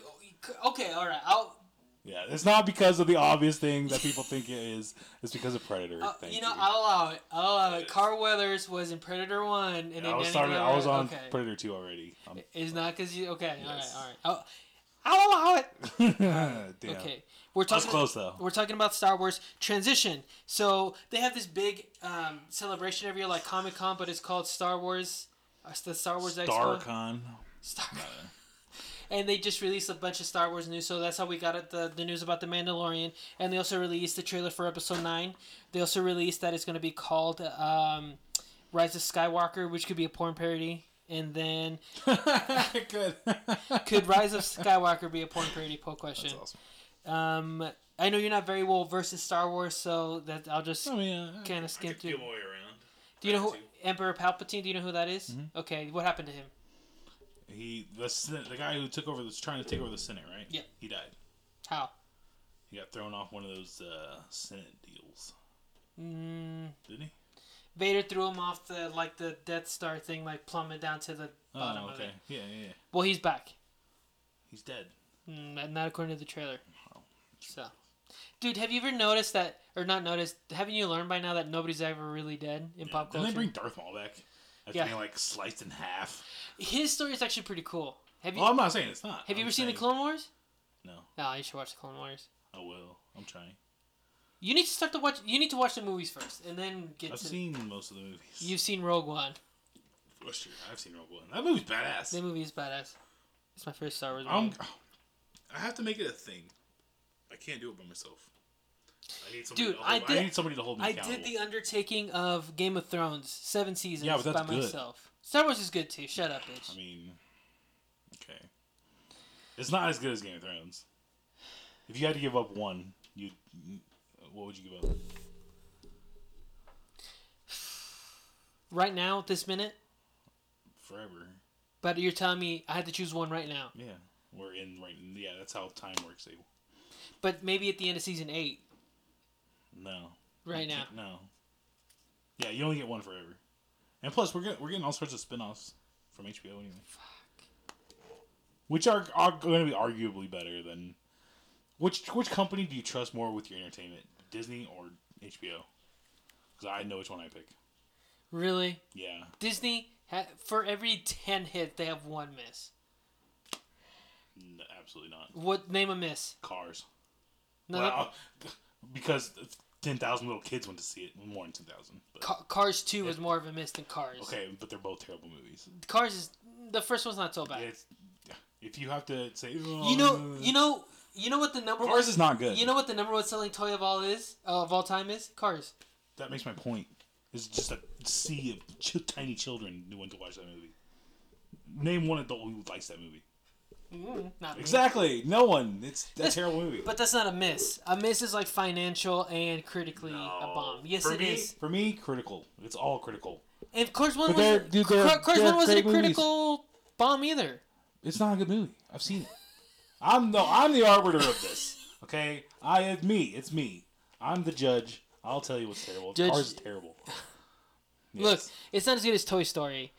A: okay, all right. I'll.
B: Yeah, it's not because of the obvious thing that people think it is. It's because of Predator.
A: I'll-
B: Thank
A: Uh, you know, I'll allow it. I'll allow it. Carl Weathers was in Predator One, and then
B: I was
A: Danny
B: started. I
A: Glover-
B: was on
A: Okay.
B: Predator Two already. Um,
A: It's not because you. Okay,
B: Yes.
A: all right, all right. I'll, I'll allow it.
B: damn.
A: Okay, we're
B: That's
A: talking.
B: close though.
A: We're talking about Star Wars transition. So they have this big um, celebration every year, like Comic Con, but it's called Star Wars. uh, It's the Star Wars Expo.
B: Starcon.
A: Star. and they just released a bunch of Star Wars news, so that's how we got it, the the news about the Mandalorian. And they also released the trailer for Episode Nine. They also released that it's going to be called um, Rise of Skywalker, which could be a porn parody. And then
B: Good.
A: could Rise of Skywalker be a porn parody? Poll question.
B: That's awesome.
A: Um, I know you're not very well versed in Star Wars, so that I'll just
B: I mean, uh,
A: kind of
D: I
A: skim
D: could feel
A: through.
D: my way around.
A: Do you know who
D: Too.
A: Emperor Palpatine? Do you know who that is?
B: Mm-hmm.
A: Okay, what happened to him?
B: he the Sen- the guy who took over was trying to take over the Senate, right?
A: Yeah.
B: He died.
A: How?
B: He got thrown off one of those uh, Senate deals,
A: Mm,
B: didn't he?
A: Vader threw him off the like the Death Star thing, like plummeted down to the bottom
B: Oh,
A: of
B: okay.
A: it.
B: Yeah, yeah, yeah.
A: Well, he's back.
B: He's dead.
A: Mm, not according to the trailer. So, dude, have you ever noticed that, or not noticed? Haven't you learned by now that nobody's ever really dead in pop
B: Didn't
A: culture?
B: they bring Darth Maul back? After
A: Yeah.
B: being like sliced in half.
A: His story is actually pretty cool. Have you
B: Well, I'm not saying it's not.
A: Have you
B: I'm
A: ever seen the
B: Oh. saying-
A: Clone Wars?
B: No,
A: No, you should watch the Clone Wars.
B: I will. I'm trying.
A: You need to start to watch. You need to watch the movies first, and then get
B: I've
A: to.
B: seen most of the movies.
A: You've seen Rogue One.
B: Oh, shoot, I've seen Rogue One. That movie's badass.
A: That movie is badass. It's my first Star Wars movie.
B: I'm, I have to make it a thing. I can't do it by myself.
D: I need somebody
A: Dude,
D: to
A: I
D: hold
A: did-
B: I need somebody to hold me
A: I
B: accountable.
A: did the undertaking of Game of Thrones seven seasons
B: Yeah, but that's
A: by
B: good.
A: myself. Star Wars is good too. Shut up, bitch.
B: I mean, okay. It's not as good as Game of Thrones. If you had to give up one, you what would you give up?
A: Right now, at this minute,
B: Forever.
A: but you're telling me I had to choose one right now.
B: Yeah, we're in right. Yeah, that's how time works. Abel.
A: But maybe at the end of season eight,
B: No.
A: right
B: You
A: now.
B: can't- No. Yeah, you only get one forever. And plus, we're get, we're getting all sorts of spin-offs from HBO anyway. Fuck. Which are are going to be arguably better than which which company do you trust more with your entertainment, Disney or HBO? Because I know which one I pick.
A: Really,
B: Yeah.
A: Disney ha- for every ten hit they have one miss.
B: No, absolutely not.
A: What name a miss?
B: Cars.
A: No,
B: wow. Because ten thousand little kids went to see it. More than ten thousand.
A: Ca- Cars Two was more of a miss than Cars.
B: Okay, but they're both terrible movies.
A: Cars is the first one's not so bad.
B: It's, if you have to say, "Oh,
A: You know, you know, you know what the number
B: Cars
A: one,
B: is not good.
A: You know what the number one selling toy of all is of all time is Cars.
B: that makes my point. It's just a sea of ch- tiny children who went to watch that movie. Name one adult who likes that movie. Mm,
A: Not me.
B: Exactly, no one. It's a
A: That's-
B: terrible movie.
A: But that's not a miss. A miss is like financial and critically a
D: No.
A: bomb. Yes,
B: Oh, for
A: it is.
B: me, for me, critical. It's all critical.
A: And Cars One
B: But they're-
A: was
B: dude, they're-
A: Cars
B: they're
A: One wasn't a
B: great movies.
A: critical bomb either.
B: It's not a good movie. I've seen it. I'm no, I'm the arbiter of this. Okay, I it's me. It's me. I'm the judge. I'll tell you what's terrible.
A: Judge-
B: Cars is terrible.
A: Look,
B: Yes.
A: it's not as good as Toy Story.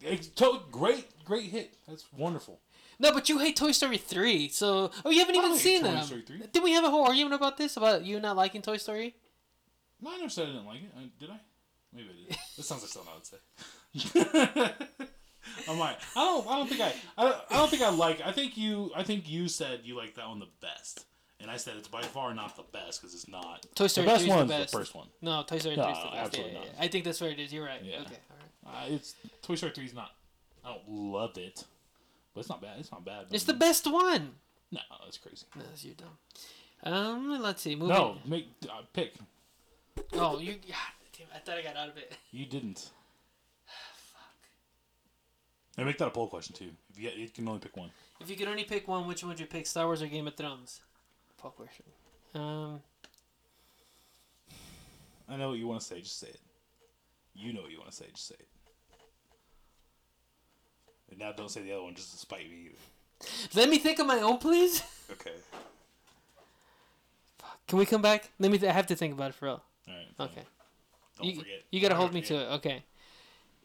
B: it's to- great, great hit. That's wonderful.
A: No, but you hate Toy Story three, so oh, you haven't
B: I
A: even
B: hate
A: seen
B: Toy
A: them.
B: Story 3.
A: Did we have a whole argument about this about you not liking Toy Story?
B: No, I never said I didn't like it. Uh, did I? Maybe I did. That sounds like something I would say. I'm like, I don't, I don't think I, I don't, I don't think I like. I think you, I think you said you like that one the best, and I said it's by far not the best because it's not.
A: Toy Story
B: the best
A: 3 is the
B: one's the,
A: best.
B: first one.
A: No, Toy Story
B: No,
A: 3 is the best.
B: absolutely
A: yeah, yeah,
B: not.
A: yeah. I think that's what it is. You're right.
B: Yeah.
A: Okay, all right.
B: Uh, it's Toy Story three is not. I don't love it, but it's not bad. It's not bad.
A: It's the best one.
B: no, that's crazy.
A: No, that's- you're dumb. Um, let's see. Moving.
B: No, make uh, pick.
A: Oh, you. God, damn, I thought I got out of it.
B: You didn't. And make that a poll question too. If you, you can only pick one.
A: If you could only pick one, which one would you pick? Star Wars or Game of Thrones? Fuck question. Um,
B: I know what you want to say. Just say it. You know what you want to say. Just say it. And now don't say the other one just to spite me. Either.
A: let me think of my own, please.
B: Okay.
A: Can we come back? Let me. Th- I have to think about it for real.
B: All right. fine.
A: Okay.
B: Don't
A: you,
B: forget.
A: You gotta
B: Don't
A: hold me to
B: forget.
A: it. Okay.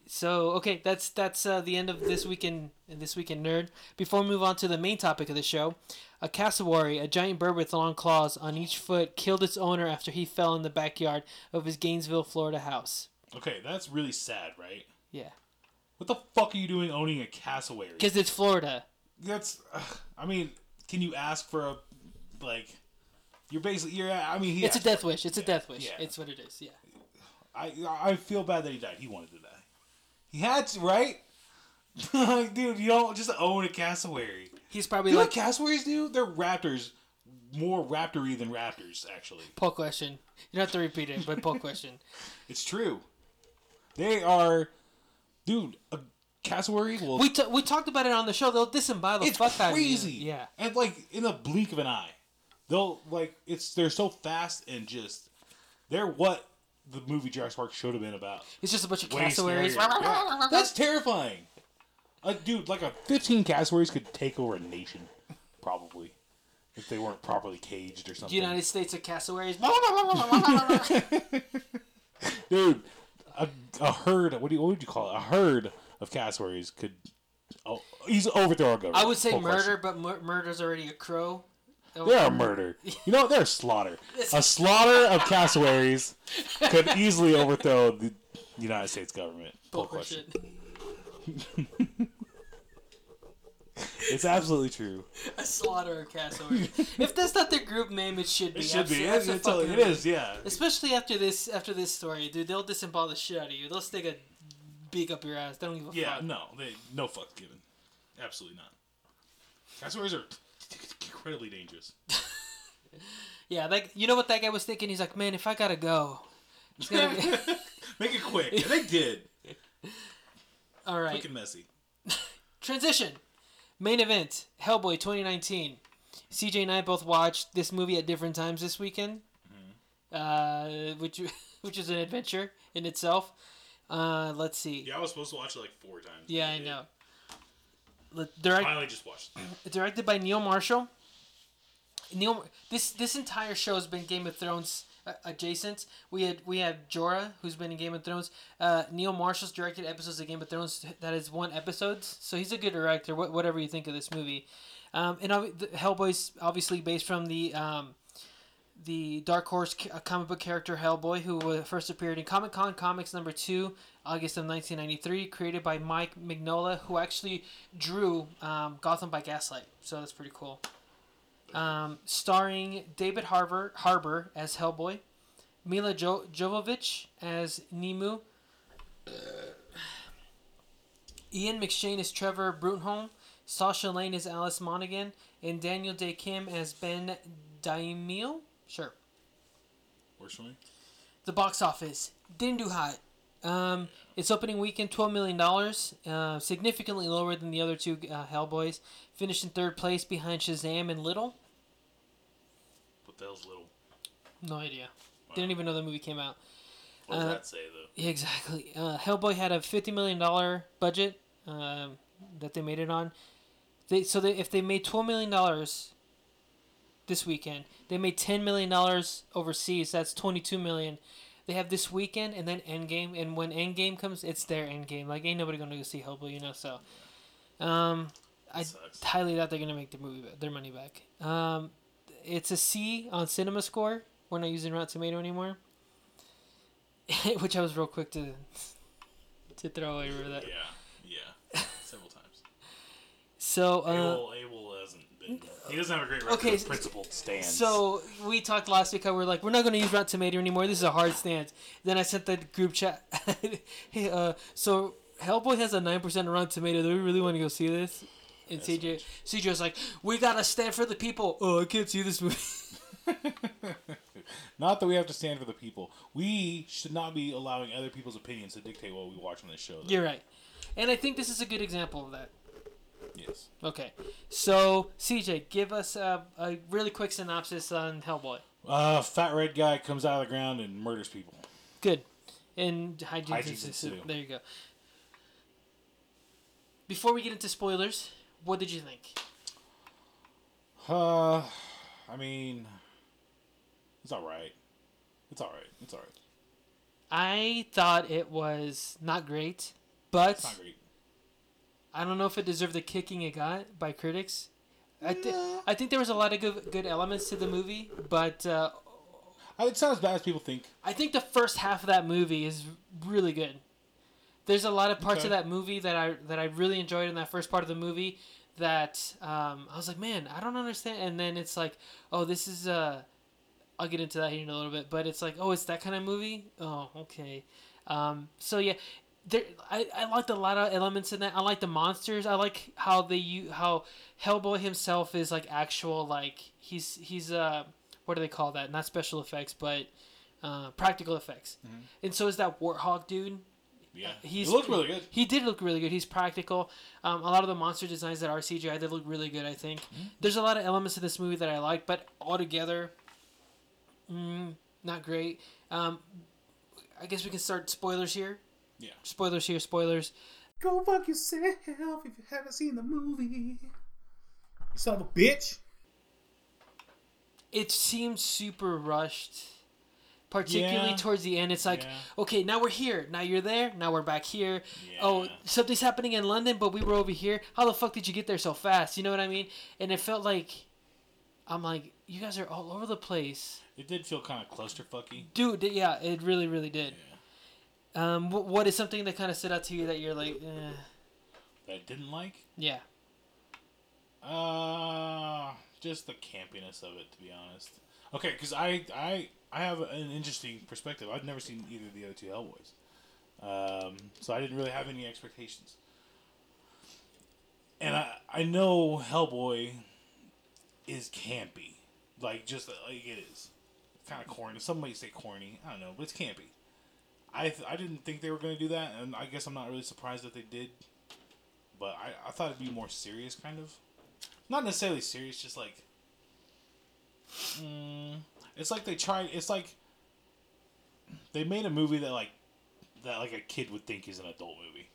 A: So okay, that's that's uh, the end of this weekend. This weekend nerd. Before we move on to the main topic of the show, a cassowary, a giant bird with long claws on each foot, killed its owner after he fell in the backyard of his Gainesville, Florida house.
B: Okay, that's really sad, right?
A: Yeah,
B: What the fuck are you doing owning a cassowary?
A: because it's Florida.
B: That's. ugh, I mean, can you ask for a like? You're basically. You're. I mean, he.
A: It's a
B: asked for
A: death wish. It's a death wish.
B: yeah.
A: It's what it is. Yeah.
B: I I feel bad that he died. He wanted to die. He had to, right? Like, dude, you don't just own a cassowary.
A: He's probably
B: You know
A: like
B: what cassowaries do? They're raptors. More raptory than raptors, actually.
A: poll question. You don't have to repeat it, but poll question.
B: It's true. They are, dude. A cassowary will.
A: We, t- we talked about it on the show. They'll disembowel the
B: it's
A: fuck out of you.
B: crazy.
A: Yeah.
B: And like in a blink of an eye, they'll like it's they're so fast and just they're what the movie Jurassic Park should have been about.
A: It's just a bunch of
B: Way
A: cassowaries.
B: scarier. Yeah. That's terrifying. A dude like a fifteen cassowaries could take over a nation, probably, if they weren't properly caged or something.
A: United States of cassowaries.
B: dude, a, a herd. What do you, what would you call it? A herd of cassowaries could. Oh, he's overthrow our government.
A: I would say
B: No question.
A: murder, but mur- murder's already a crow.
B: They're a murder. You know, they're a slaughter. A slaughter of cassowaries could easily overthrow the United States government. No question.
A: Bullshit.
B: It's absolutely true.
A: A slaughter of cassowaries. if that's not their group name, it should be.
B: It should be.
A: Absolutely-
B: It's, it's,
A: absolutely
B: it
A: fucking-
B: is, yeah.
A: Especially after this, after this story, dude, they'll disembowel the shit out of you. They'll stick a beak up your ass. They don't give a
B: Yeah,
A: fuck.
B: no, they, no fucks given. Absolutely not. Cassowaries are incredibly dangerous.
A: Yeah, like you know what that guy was thinking? He's like, man, if I gotta go, it's gonna be
B: Make it quick. And they did.
A: all right.
B: Fucking messy.
A: Transition. Main event: Hellboy 2019. CJ and I both watched this movie at different times this weekend, uh, which which is an adventure in itself. Uh, let's see.
D: Yeah, I was supposed to watch it like four times.
A: Yeah, I
D: did.
A: know. Let- Direct,
D: Finally, just watched. it.
A: directed by Neil Marshall. Neil, this this entire show has been Game of Thrones uh, adjacent. We had we have Jorah, who's been in Game of Thrones. Uh, Neil Marshall's directed episodes of Game of Thrones that has won episodes, so he's a good director. Wh- whatever you think of this movie, um, and obvi- the- Hellboy's obviously based from the. Um, the Dark Horse c- uh, comic book character Hellboy, who wa- first appeared in Comic Con Comics number two, August of 1993, created by Mike Mignola, who actually drew um, Gotham by Gaslight. So that's pretty cool. Um, starring David Harbour, Harbour as Hellboy, Mila jo- Jovovich as Nemu, Ian McShane as Trevor Brutholm, Sasha Lane as Alice Monaghan, and Daniel Day Kim as Ben Daimio. Sure.
B: Works for me.
A: The box office didn't do hot. Um, its opening weekend, twelve million dollars, uh, significantly lower than the other two uh, Hellboys. Finished in third place behind Shazam and Little.
D: What the hell's little?
A: No idea. Didn't even know the movie came out.
D: What does
A: Uh,
D: that say though?
A: Yeah, exactly. Uh, Hellboy had a fifty million dollar budget um, that they made it on. They so they, if they made twelve million dollars this weekend, they made ten million dollars overseas. That's twenty two million. They have this weekend and then Endgame, and when Endgame comes, it's their Endgame. Like ain't nobody gonna go see Hellboy, you know. So, um, I
D: sucks.
A: highly doubt they're gonna make their movie back, their money back. Um, it's a C on Cinema Score. We're not using Rotten Tomato anymore. which I was real quick to to throw away over that.
D: Yeah, yeah, several times.
A: So uh,
D: Abel, Abel hasn't been. He doesn't have a great record.
A: okay,
D: of
A: so-
D: principled stand.
A: so we talked last week how we're like we're not going to use Rotten Tomato anymore. This is a hard stance. Then I sent the group chat. hey, uh, so Hellboy has a nine percent Rotten Tomato. Do we really want to go see this? And CJ CJ was like, we gotta stand for the people. Oh, I can't see this movie.
B: Not that we have to stand for the people. We should not be allowing other people's opinions to dictate what we watch on this show. though.
A: You're right, and I think this is a good example of that.
B: Yes.
A: Okay, so CJ, give us a, a really quick synopsis on Hellboy.
B: Uh, fat red guy comes out of the ground and murders people.
A: Good. And hygiene,
B: Hygiene
A: consist-
B: too.
A: There you go. Before we get into spoilers, what did you think?
B: Uh, I mean, it's all right. It's all right. It's all right.
A: I thought it was not great, but
B: It's not great.
A: I don't know if it deserved the kicking it got by critics. I, thi- I think there was a lot of good, good elements to the movie, but uh,
B: Uh, It's not as bad as people think.
A: I think the first half of that movie is really good. There's a lot of parts of
B: Okay.
A: that movie that I that I really enjoyed in that first part of the movie that um, I was like, man, I don't understand. And then it's like, oh, this is uh, I'll get into that here in a little bit, but it's like, oh, it's that kind of movie. Oh, okay. Um, so yeah, there I, I liked a lot of elements in that. I like the monsters. I like how they you how Hellboy himself is like actual like he's he's uh what do they call that? Not special effects, but uh, practical effects. And so is that warthog dude.
B: Yeah,
A: He's
B: Mm-hmm. he looked really good.
A: He did look really good. He's practical. Um, a lot of the monster designs that are CGI did look really good. I think
B: Mm-hmm.
A: there's a lot of elements in this movie that I like, but altogether, mm, not great. Um, I guess we can start spoilers here.
B: Yeah.
A: Spoilers here. Spoilers.
B: Go fuck yourself if you haven't seen the movie. You son of a bitch.
A: It seemed super rushed, particularly
B: Yeah.
A: towards the end. It's like,
B: Yeah.
A: okay, now we're here. Now you're there. Now we're back here. Oh,
B: Yeah.
A: something's happening in London, but we were over here. How the fuck did you get there so fast? You know what I mean? And it felt like, I'm like, you guys are all over the place,
B: It did feel kind of clusterfucky.
A: dude. th- Yeah, it really, really did. Um, wh- what is something that kind of stood out to you that you're like, eh.
B: That I didn't like.
A: yeah,
B: Uh, just the campiness of it, to be honest. Okay, because I, I, I have an interesting perspective. I've never seen either of the other two Hellboys, um, so I didn't really have any expectations. And I, I know Hellboy is campy, like just like it is, kind of corny. Some might say corny. I don't know, but it's campy. I, th- I didn't think they were going to do that, and I guess I'm not really surprised that they did. But I, I thought it'd be more serious, kind of not necessarily serious, just like mm, it's like they tried. It's like they made a movie that like that like a kid would think is an adult movie.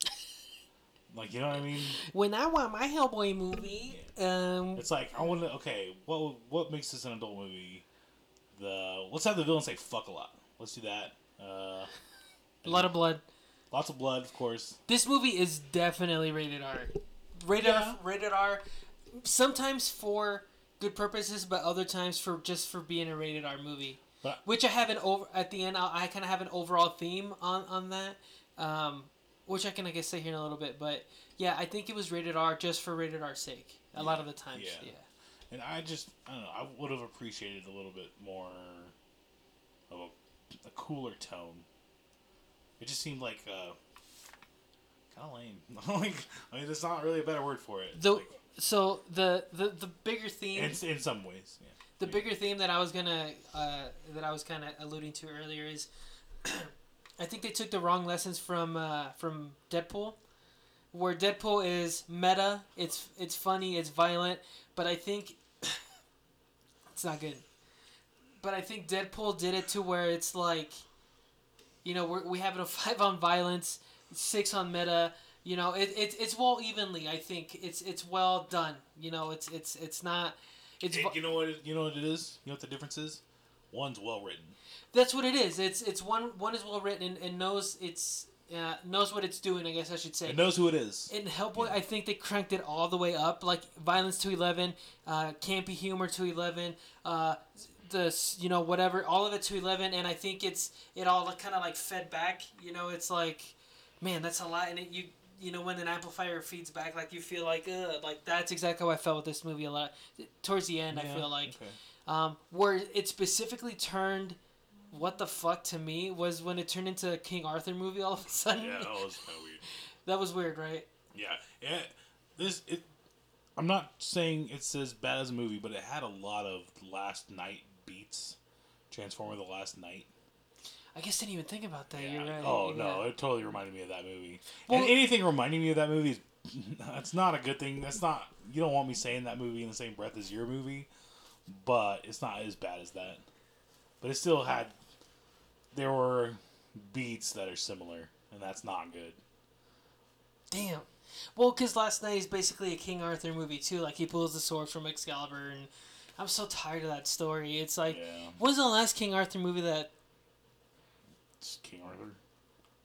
B: like you know what I mean?
A: when I want my Hellboy movie, um,
B: It's like I want to. Okay, what what makes this an adult movie? The let's have the villain say fuck a lot. Let's do that. Uh,
A: a lot of blood.
B: lots of blood, of course.
A: This movie is definitely rated R. Rated
B: Yeah.
A: R, rated R. Sometimes for good purposes, but other times for just for being a rated R movie.
B: But-
A: which I have an over at the end. I, I kind of have an overall theme on on that, um, which I can I guess say here in a little bit. But yeah, I think it was rated R just for rated R's sake. A lot of the times,
B: Yeah.
A: yeah.
B: And I just, I don't know, I would have appreciated a little bit more of a, a cooler tone. It just seemed like, uh, kind of lame. like, I mean, there's not really a better word for it.
A: The
B: like,
A: so the the the bigger theme.
B: in, in some ways, yeah.
A: the bigger theme that I was gonna uh, that I was kind of alluding to earlier is I think they took the wrong lessons from uh, from Deadpool, where Deadpool is meta. It's it's funny. It's violent. But I think it's not good. But I think Deadpool did it to where it's like, you know, we're, we have a five on violence, six on meta. You know, it, it's it's well evenly. I think it's it's well done. You know, it's it's it's not. It's vi-
B: It- you know what? It, you know what it is. You know what the difference is. One's well written.
A: That's what it is. It's it's one one is well written and, and knows it's uh, knows what it's doing. I guess I should say.
B: It knows who it is.
A: in Hellboy, I think they cranked it all the way up, like violence to eleven, uh, campy humor to eleven, uh, the s- you know whatever, all of it to eleven, and I think it's it all kind of like fed back. You know, it's like, man, that's a lot, and it, you you know when an amplifier feeds back, like you feel like Ugh, like that's exactly how I felt with this movie a lot. Towards the end, I
B: Yeah,
A: feel like
B: okay.
A: um, where it specifically turned what the fuck to me was when it turned into a King Arthur movie all of a sudden.
D: Yeah, that was kind of weird.
A: That was weird, right?
B: Yeah, yeah. This it. I'm not saying it's as bad as a movie, but it had a lot of last night beats. Transformer: The Last Night.
A: I guess I didn't even think about that.
B: Yeah.
A: You're right.
B: Oh no,
A: yeah.
B: it totally reminded me of that movie.
A: Well-
B: and anything reminding me of that movie is that's not a good thing. That's not you don't want me saying that movie in the same breath as your movie, but it's not as bad as that. But it still had there were beats that are similar, and that's not good.
A: Damn. Well, because last night is basically a King Arthur movie too. Like he pulls the sword from Excalibur, and I'm so tired of that story. It's like,
B: Yeah.
A: when's the last King Arthur movie that?
B: It's King Arthur,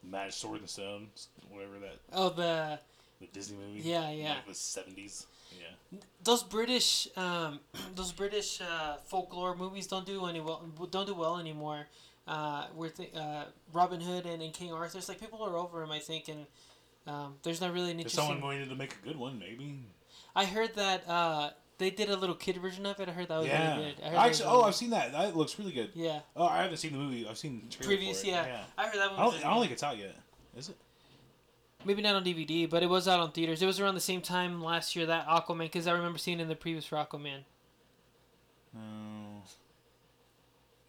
B: Magic Sword and Stone, whatever that
A: Oh, the
B: the Disney movie.
A: Yeah, yeah.
B: Like the seventies. Yeah.
A: those British um, those British uh, folklore movies don't do any well don't do well anymore. Uh, with uh, Robin Hood and, and King Arthur's like people are over him, I think, and um, there's not really an
B: If
A: interesting.
B: someone wanted to make a good one, maybe.
A: I heard that uh, they did a little kid version of it. I heard that was
B: Yeah.
A: really good. Oh, I heard that was
B: Actually, oh,
A: really-
B: I've seen that. That looks really good.
A: yeah
B: Oh, I haven't seen the movie. I've seen the trailer
A: previous
B: for it.
A: yeah. I heard that one.
B: I
A: Was
B: don't, I
A: really
B: don't
A: good.
B: think it's out yet. Is it?
A: maybe not on DVD, but it was out on theaters. It was around the same time last year that Aquaman, because I remember seeing it in the previous for Aquaman.
B: No.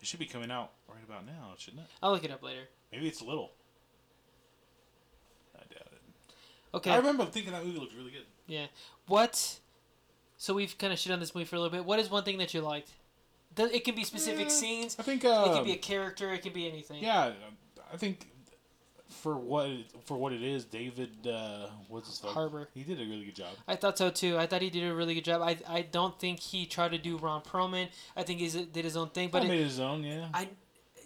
B: It should be coming out right about now, shouldn't it?
A: I'll look it up later.
B: Maybe it's little.
A: Okay.
B: I remember thinking that movie looked really good.
A: Yeah. What? So we've kind of shit on this movie for a little bit. What is one thing that you liked? Th- It can be specific scenes.
B: I think uh,
A: it can be a character. It can be anything.
B: yeah, I think for what it- for what it is, David uh, what's his fuck?
A: Harbour.
B: He did a really good job.
A: I thought so too. I thought he did a really good job. I, I don't think he tried to do Ron Perlman. I think he did his own thing. But
B: But
A: it,
B: made his own, yeah.
A: I,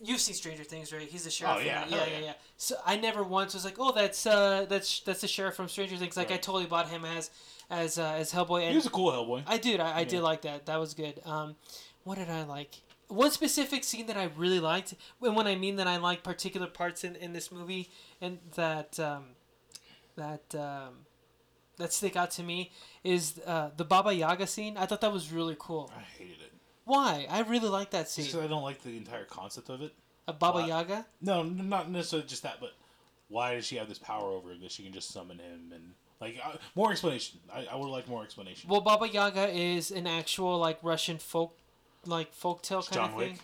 A: you've seen Stranger Things, right? He's the sheriff.
B: Oh,
A: in
B: yeah.
A: that.
B: Hell
A: yeah, yeah,
B: yeah.
A: yeah. So I never once was like, oh, that's uh, that's that's the sheriff from Stranger Things. Like I
B: Right.
A: totally bought him as as uh, as Hellboy. And
B: he was a cool Hellboy.
A: I did. I, I did
B: Yeah.
A: like that. That was good. Um, what did I like? One specific scene that I really liked, and when I mean that I like particular parts in, in this movie, and that um, that um, that stick out to me is uh, the Baba Yaga scene. I thought that was really cool.
B: I hated it.
A: Why? I really like that
B: Just 'cause
A: scene.
B: I don't like the entire concept of it.
A: A Baba
B: Why?
A: Yaga.
B: No, n- not necessarily just that, but why does she have this power over him that she can just summon him and like uh, more explanation? I, I would like more explanation.
A: Well, Baba Yaga is an actual like Russian folk, like folktale kind
B: John
A: of
B: Wick,
A: thing.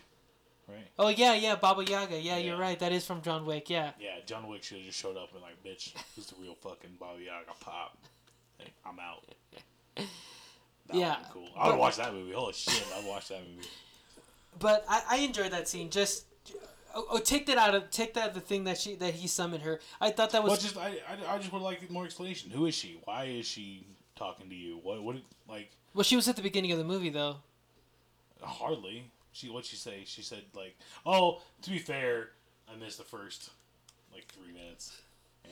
B: right?
A: Oh yeah, yeah, Baba Yaga. Yeah, you're
B: Yeah.
A: right. That is from John Wick. Yeah.
B: Yeah, John Wick should have just showed up and like, bitch, who's the real fucking Bobby Yaga pop? Like, I'm out. That
A: Yeah,
B: would've been cool. I would
A: but-
B: watch that movie. Holy shit, I'd watch that movie.
A: but I, I enjoyed that scene. Just oh, oh, take that out of take that the thing that she that he summoned her. I thought that was
B: Well, just I, I, I just would like more explanation. Who is she? Why is she talking to you? What, what, like,
A: well. She was at the beginning of the movie though.
B: Hardly. She what'd she say? She said like, "Oh, to be fair, I missed the first like three minutes." Yeah.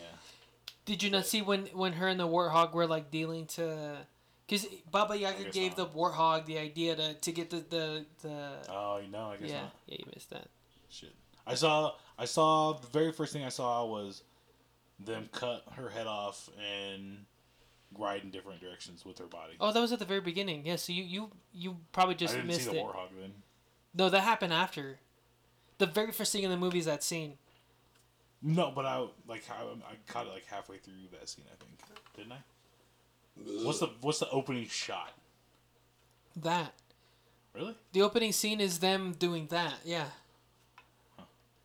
A: Did you not see when when her and the warthog were like dealing to? Because Baba
B: I
A: Yaga
B: guess
A: gave
B: not.
A: the warthog the idea to, to get the the, the
B: Oh no, I guess
A: yeah
B: not.
A: yeah you missed that.
B: Shit. I saw. I saw the very first thing I saw was them cut her head off and ride in different directions with her body.
A: Oh, that was at the very beginning. Yeah, so you you you probably
B: I
A: just
B: didn't
A: missed
B: see the
A: it.
B: warhog then.
A: No, that happened after. The very first thing in the movie is that scene.
B: No, but I like I, I caught it like halfway through that scene. I think didn't I? What's the What's the opening shot?
A: That
B: Really?
A: The opening scene is them doing that, yeah.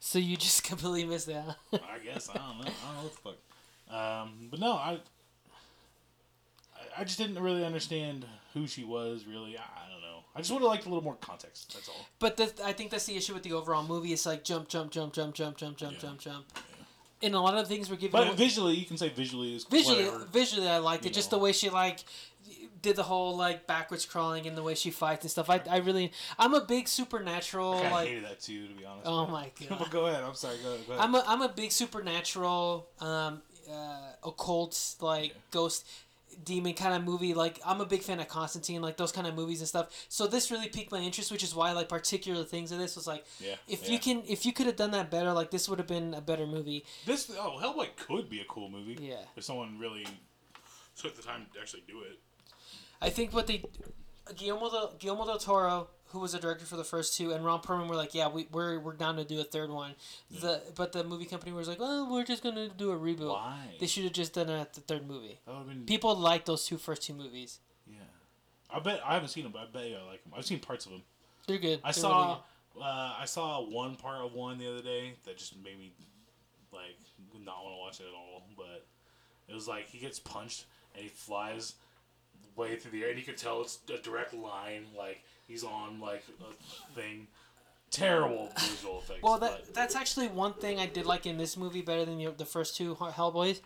A: So you just completely missed that.
B: I guess I don't know. I don't know what the fuck. Um, but no, I, I I just didn't really understand who she was. Really, I, I don't know. I just would have liked a little more context. That's all.
A: but the, I think that's the issue with the overall movie. It's like jump, jump, jump, jump, jump, jump, jump,
B: Yeah.
A: jump, jump. And a lot of things were given.
B: But
A: away-
B: visually, you can say visually is
A: visually,
B: whatever.
A: visually, I liked
B: you
A: it. Just
B: know.
A: the way she like did the whole like backwards crawling and the way she fights and stuff. I, I really, I'm a big supernatural
B: I
A: like.
B: hated that too, to be honest.
A: Oh my god.
B: but go ahead. I'm sorry. Go ahead. Go ahead.
A: I'm a, I'm a big supernatural, um, uh, occult, like ghost, demon kind of movie. Like I'm a big fan of Constantine, like those kind of movies and stuff. So this really piqued my interest, which is why like particular things in this was like,
B: Yeah,
A: if
B: yeah.
A: you can, if you could have done that better, like this would have been a better movie.
B: this oh Hellboy could be a cool movie.
A: Yeah.
B: If someone really took the time to actually do it.
A: I think what they, Guillermo del, Guillermo del Toro, who was a director for the first two, and Ron Perlman were like, yeah, we, we're we're down to do a third one. The but the movie company was like, well, we're just gonna do a reboot.
B: Why?
A: They should have just done it at the third movie.
B: That would have been.
A: People like those two first two movies.
B: yeah. I bet I haven't seen him, but I bet you I like him. I've seen parts of him.
A: They're good.
B: I
A: They're really
B: saw
A: good.
B: uh, I saw one part of one the other day that just made me like not want to watch it at all. But it was like he gets punched and he flies way through the air, and you can tell it's a direct line. Like he's on like a thing. Terrible visual effects.
A: Well, that
B: but-
A: that's actually one thing I did like in this movie better than the, the first two Hel- Hellboys.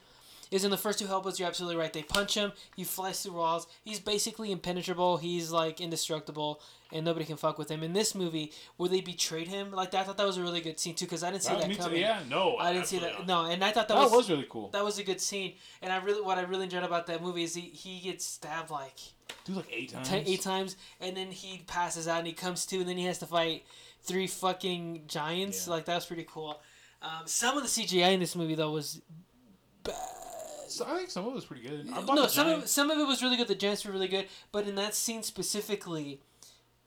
A: Is in the first two Hellboys, you're absolutely right. They punch him, he flies through walls. He's basically impenetrable. He's like indestructible, and nobody can fuck with him. In this movie, where they betrayed him, like that, I thought that was a really good scene too, because I didn't see
B: Oh,
A: that
B: me too.
A: coming.
B: Yeah, no,
A: I didn't see
B: absolutely
A: that.
B: not.
A: No, and I thought that,
B: That
A: was,
B: was, really cool.
A: that was a good scene. And I really, what I really enjoyed about that movie is he he gets stabbed like
B: Dude, like eight times.
A: ten, eight times, and then he passes out and he comes to, and then he has to fight three fucking giants.
B: Yeah.
A: Like that was pretty cool. Um, some of the CGI in this movie though was
B: So I think some of it was pretty good. I bought
A: no
B: the
A: some of,
B: giant-
A: some of it was really good. The giants were really good, but in that scene specifically,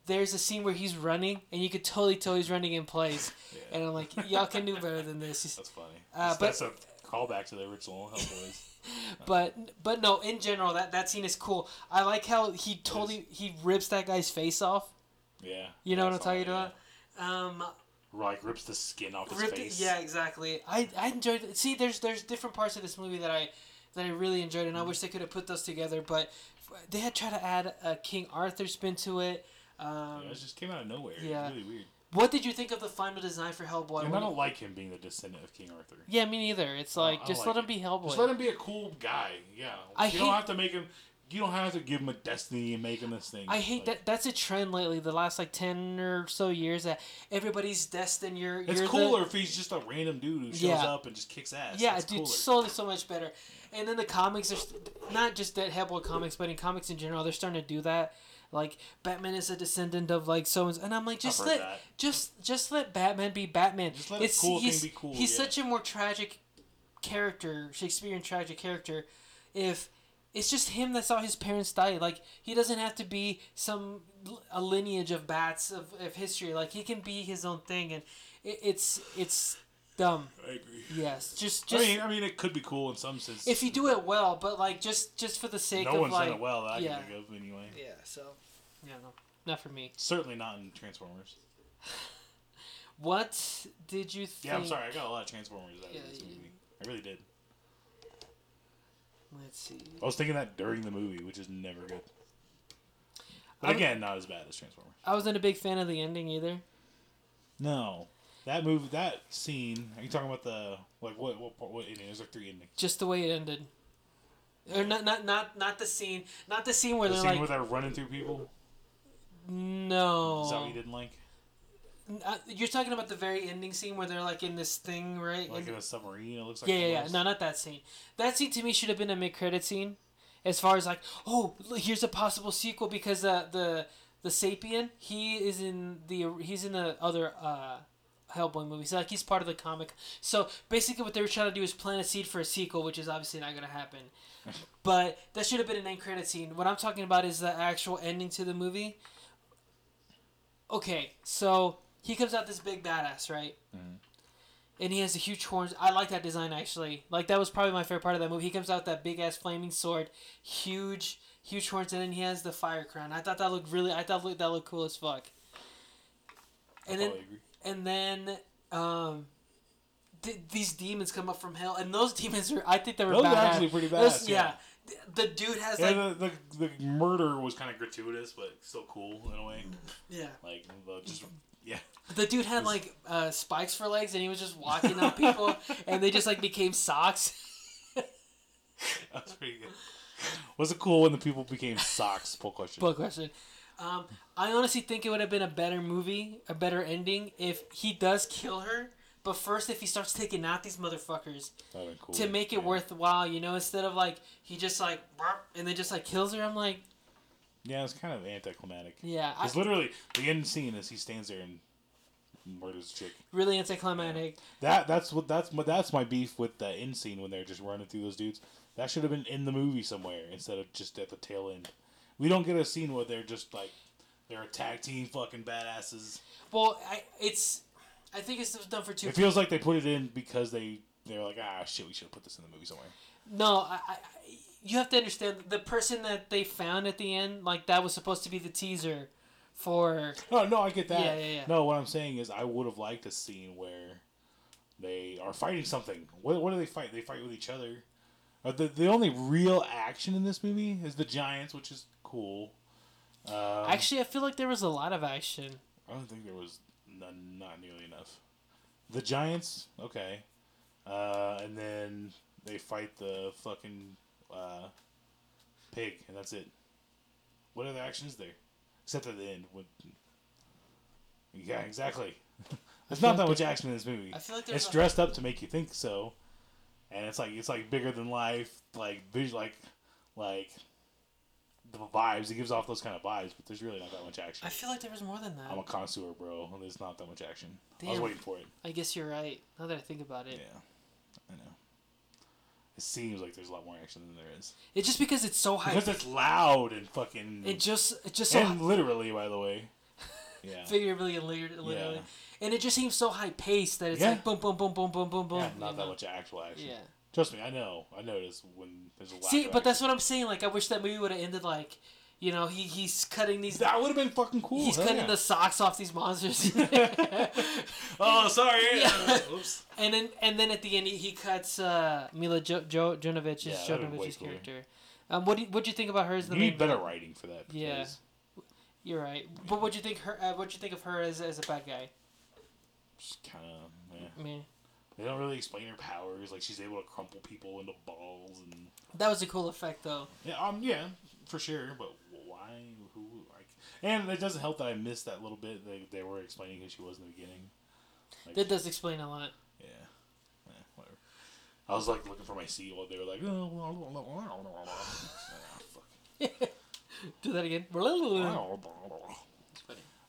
A: there's a scene where he's running, and you could totally tell he's running in place.
B: Yeah.
A: And I'm like, y'all can do better than this.
B: That's funny.
A: Uh, but-
B: that's a callback to the original Hellboys.
A: But but no, in general, that that scene is cool. I like how he totally he rips that guy's face off.
B: yeah.
A: You know
B: I
A: what I'm
B: saw
A: talking
B: that, yeah.
A: about? Um,
B: Like rips the skin off his
A: Ripped it-
B: face.
A: yeah, exactly. I, I enjoyed it. See, there's there's different parts of this movie that I that I really enjoyed, and I
B: Mm.
A: wish they could have put those together. But they had tried to add a King Arthur spin to it. Um,
B: Yeah, it just came out of nowhere.
A: Yeah.
B: It's really weird.
A: What did you think of the final design for Hellboy?
B: And I
A: When-
B: don't like him being the descendant of King Arthur.
A: yeah, me neither. It's like
B: I
A: just
B: like
A: let him
B: it.
A: be Hellboy.
B: Just let him be a cool guy. Yeah.
A: I
B: you don't
A: hate-
B: have to make him. You don't have to give him a destiny and make him this thing.
A: I hate
B: Like,
A: that. That's a trend lately. The last like ten or so years that everybody's destined. You're.
B: It's
A: you're the-
B: cooler if he's just a random dude who shows
A: Yeah.
B: up and just kicks ass.
A: yeah,
B: That's
A: dude,
B: cooler.
A: so so much better. And then the comics are st- not just that Hellboy comics, but in comics in general, they're starting to do that. Like Batman is a descendant of like so and I'm like just
B: heard
A: let
B: that.
A: just just let Batman be Batman.
B: Just let a cool thing
A: he's,
B: be cool,
A: He's
B: yeah.
A: such a more tragic character, Shakespearean tragic character. If it's just him that saw his parents die, like he doesn't have to be some a lineage of bats of, of history. Like he can be his own thing, and it, it's it's dumb.
B: I agree.
A: Yes, just just
B: I mean, I mean, it could be cool in some sense.
A: if you do it well, but like just just for the sake
B: no
A: of
B: one's
A: like
B: done it well that I
A: yeah,
B: can think of anyway.
A: yeah. So yeah, no, not for me.
B: Certainly not in Transformers.
A: What did you think?
B: Yeah, I'm sorry. I got a lot of Transformers out
A: Yeah,
B: of this
A: you-
B: movie. I really did.
A: Let's see.
B: I was thinking that during the movie, which is never good. But
A: I'm-
B: again, not as bad as Transformers.
A: I wasn't a big fan of the ending either.
B: No, that movie, that scene. Are you talking about the like what what part- what ending? There's like three endings.
A: Just the way it ended. Or not, not, not, not the scene. Not the scene where
B: The
A: they're
B: scene
A: like,
B: where they're running through people.
A: no.
B: Is that what you didn't like?
A: Uh, you're talking about the very ending scene where they're like in this thing, right?
B: Like
A: And-
B: in a submarine. It looks like
A: yeah, yeah, yeah.
B: almost?
A: No, not that scene. That scene to me should have been a mid-credit scene. As far as like, oh, l- here's a possible sequel because uh, the the sapien he is in the he's in the other uh, Hellboy movie. So like he's part of the comic. So basically, what they were trying to do is plant a seed for a sequel, which is obviously not gonna happen. but that should have been an end credit scene. What I'm talking about is the actual ending to the movie. Okay, so he comes out this big badass, right? and he has the huge horns. I like that design actually. Like that was probably my favorite part of that movie. He comes out with that big ass flaming sword, huge, huge horns, and then he has the fire crown. I thought that looked really. I thought looked, that looked cool as fuck. And then,
B: Probably agree.
A: and then, um, th- these demons come up from hell, and those demons are. I think they were
B: Those are
A: badass.
B: actually pretty
A: Those-
B: badass,
A: yeah.
B: yeah.
A: Th- The dude has like
B: Yeah, the, the, the murder was kind of gratuitous, but still cool in a way.
A: yeah.
B: Like the, just yeah.
A: The dude had like uh, spikes for legs, and he was just walking on people, and they just like became socks.
B: That was pretty good. Was it cool when the people became socks? Poll question.
A: Book question. Um, I honestly think it would have been a better movie, a better ending, if he does kill her. But first, if he starts taking out these motherfuckers
B: That'd been cool.
A: to make it
B: yeah.
A: worthwhile, you know, instead of like he just like "Burp," and then just like kills her. I'm like,
B: Yeah, it's kind of anticlimactic.
A: yeah, I,
B: It's literally the end scene is he stands there and murders a chick.
A: really anticlimactic.
B: That that's what that's my that's my beef with the end scene when they're just running through those dudes. That should have been in the movie somewhere instead of just at the tail end. We don't get a scene where they're just like they're a tag team fucking badasses.
A: Well, I, it's, I think it's done for two.
B: It feels like they put it in because they they're like ah shit we should have put this in the movie somewhere.
A: No, I, I, I- you have to understand the person that they found at the end, like that was supposed to be the teaser, for
B: No, Oh, no, I get that.
A: Yeah, yeah, yeah.
B: No, what I'm saying is I would have liked a scene where they are fighting something. What, what do they fight? They fight with each other. Uh, the, the only real action in this movie is the giants, which is cool. Um,
A: Actually, I feel like there was a lot of action.
B: I don't think there was none, not nearly enough. The Giants, okay, uh, and then they fight the fucking uh, pig, and that's it. What other action is there? Except at the end, when yeah, exactly. There's not that much action in this movie.
A: I feel like there's
B: it's
A: a-
B: dressed up to make you think so, and it's like it's like bigger than life, like visual, like like the vibes. It gives off those kind of vibes, but there's really not that much action.
A: I feel like there was more than that.
B: I'm a connoisseur, bro. and There's not that much action. I was
A: Damn.
B: waiting for it.
A: I guess you're right. Now that I think about it,
B: Yeah, I know. It seems like there's a lot more action than there is
A: it's just because it's so high.
B: because it's loud and fucking
A: It just, it just so
B: and literally, by the way. Yeah,
A: figuratively and liter- literally,
B: Yeah.
A: and it just seems so high paced that it's
B: Yeah.
A: like boom, boom, boom, boom, boom, boom, boom.
B: yeah,
A: you
B: not that
A: know?
B: much actual action.
A: Yeah.
B: Trust me, I know. I notice when there's a lot.
A: See, but that's what I'm saying. Like, I wish that movie would have ended like, You know, he, he's cutting these.
B: That would have been fucking cool.
A: He's
B: Hell
A: cutting
B: yeah.
A: the socks off these monsters.
D: Oh, sorry.
A: Yeah.
D: Uh, oops.
A: And then and then at the end he, he cuts uh, Mila jo- jo- Jonovich's
B: Yeah, that'd be way
A: Jonovich's
B: cooler.
A: character. Um, what do you, what'd you think about her as the
B: You
A: main?
B: need better
A: villain?
B: writing for that.
A: Yeah.
B: because-
A: You're right. But what'd you think her? Uh, what'd you think of her as, as a bad guy?
B: Just kind of.
A: I mean,
B: They don't really explain her powers. Like she's able to crumple people into balls and.
A: that was a cool effect though.
B: Yeah, um, yeah, for sure. But why? Who? Like, and it doesn't help that I missed that little bit. They they were explaining who she was in the beginning. Like,
A: That does explain a lot.
B: Yeah. Eh, whatever. I was like looking for my seat while they were like. "Oh,
A: Do that again. funny.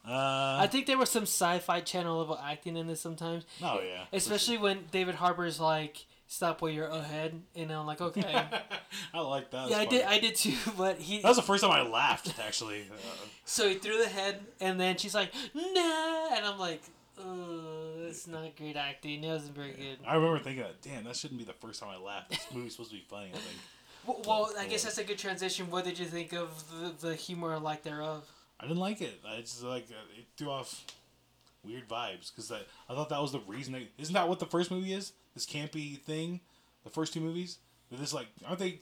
B: Uh,
A: I think there was some sci-fi channel level acting in this sometimes,
B: oh yeah.
A: especially when David Harbour's like, "Stop where you're ahead," and I'm like, "Okay." yeah,
B: I like that.
A: I
B: That's
A: did.
B: funny.
A: I did too. But he
B: That was the first time I laughed actually. Uh,
A: So he threw the head, and then she's like, "Nah," and I'm like, "Oh, that's not great acting. That wasn't very good."
B: I remember thinking that, damn, that shouldn't be the first time I laughed. This movie's supposed to be funny. I think.
A: W- Well, I guess that's a good transition. What did you think of the, the humor like thereof?
B: I didn't like it. I just like uh, it threw off weird vibes because I, I thought that was the reason. They, isn't that what the first movie is? This campy thing, the first two movies. They're just like aren't they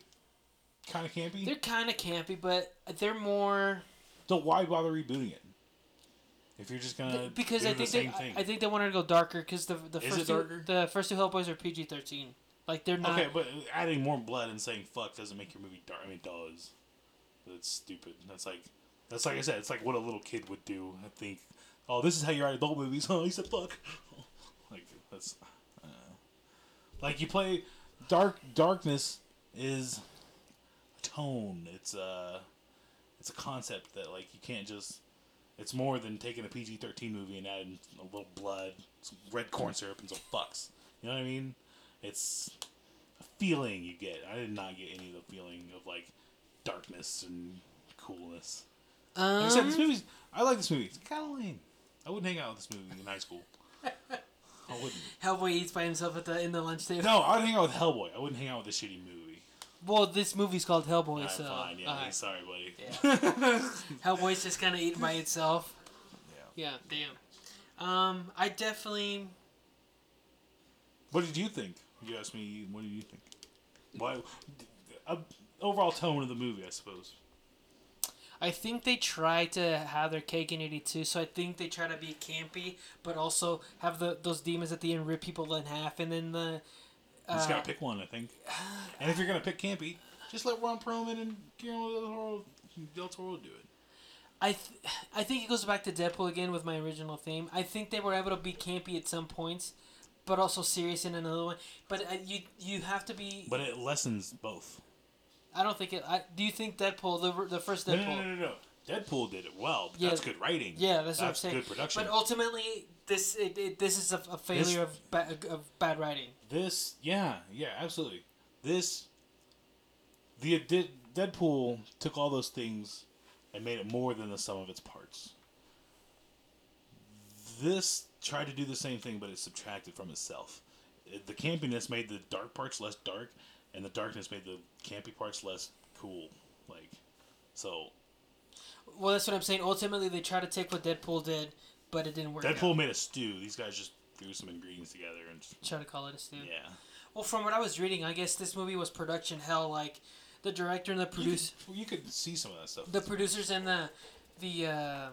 B: kind of campy?
A: They're kind of campy, but they're more
B: so why bother rebooting it if you're just gonna
A: because
B: do
A: I
B: Uh, the
A: think
B: same
A: they,
B: thing?
A: I think they wanted to go darker because the the
B: Is
A: first
B: it
A: two,
B: darker?
A: the first two Hellboys are PG thirteen. Like they're not.
B: okay, but adding more blood and saying fuck doesn't make your movie dark. I mean, it does. But it's stupid. That's like, that's like I said. It's like what a little kid would do. I think. Oh, this is how you write adult movies. Oh, he said fuck. like that's. Uh, like you play, dark darkness is, tone. It's a, it's a concept that like you can't just. It's more than taking a PG thirteen movie and adding a little blood, some red corn syrup, and some fucks. You know what I mean? It's feeling you get. I did not get any of the feeling of like darkness and coolness. Like I said, this
A: um,
B: movie's. I like this movie. It's kind of lame. I wouldn't hang out with this movie in high school. I wouldn't.
A: Hellboy eats by himself at the in the lunch table.
B: No, I'd hang out with Hellboy. I wouldn't hang out with a shitty movie.
A: Well, this movie's called Hellboy,
B: I'm
A: so
B: fine. Yeah,
A: uh, alright.
B: I'm sorry, buddy.
A: Hellboy's just kind of eating by itself. Yeah. Yeah. Damn. Um, I definitely.
B: What did you think? You asked me. What did you think? Why? Uh, overall tone of the movie, I suppose.
A: I think they try to have their cake and eat it too. So I think they try to be campy, but also have the those demons at the end rip people in half, and then the.
B: You just
A: Uh,
B: gotta pick one, I think. And if you're gonna pick campy, just let Ron Perlman and Guillermo del Toro, del Toro do it.
A: I, th- I think it goes back to Deadpool again with my original theme. I think they were able to be campy at some points, but also serious in another one. But uh, you you have to be.
B: But it lessens both.
A: I don't think it. I, do you think Deadpool the the first
B: No,
A: Deadpool?
B: no, no, no, no. Deadpool did it well. But
A: Yeah.
B: That's good writing.
A: Yeah, that's, what I'm saying.
B: good production.
A: But ultimately, this it, it, this is a, a failure of, ba- of bad writing.
B: this, yeah, yeah, absolutely. This, the De- Deadpool took all those things and made it more than the sum of its parts. This tried to do the same thing, but it subtracted from itself. It- the campiness made the dark parts less dark, and the darkness made the campy parts less cool. Like, so
A: Well, that's what I'm saying. Ultimately, they try to take what Deadpool did, but it didn't work.
B: Deadpool
A: out.
B: made a stew. These guys just threw some ingredients together and just,
A: Try to call it a stew.
B: yeah.
A: Well, from what I was reading, I guess this movie was production hell. Like, the director and the
B: You could,
A: producer,
B: you could see some of that stuff.
A: the producers and the the uh,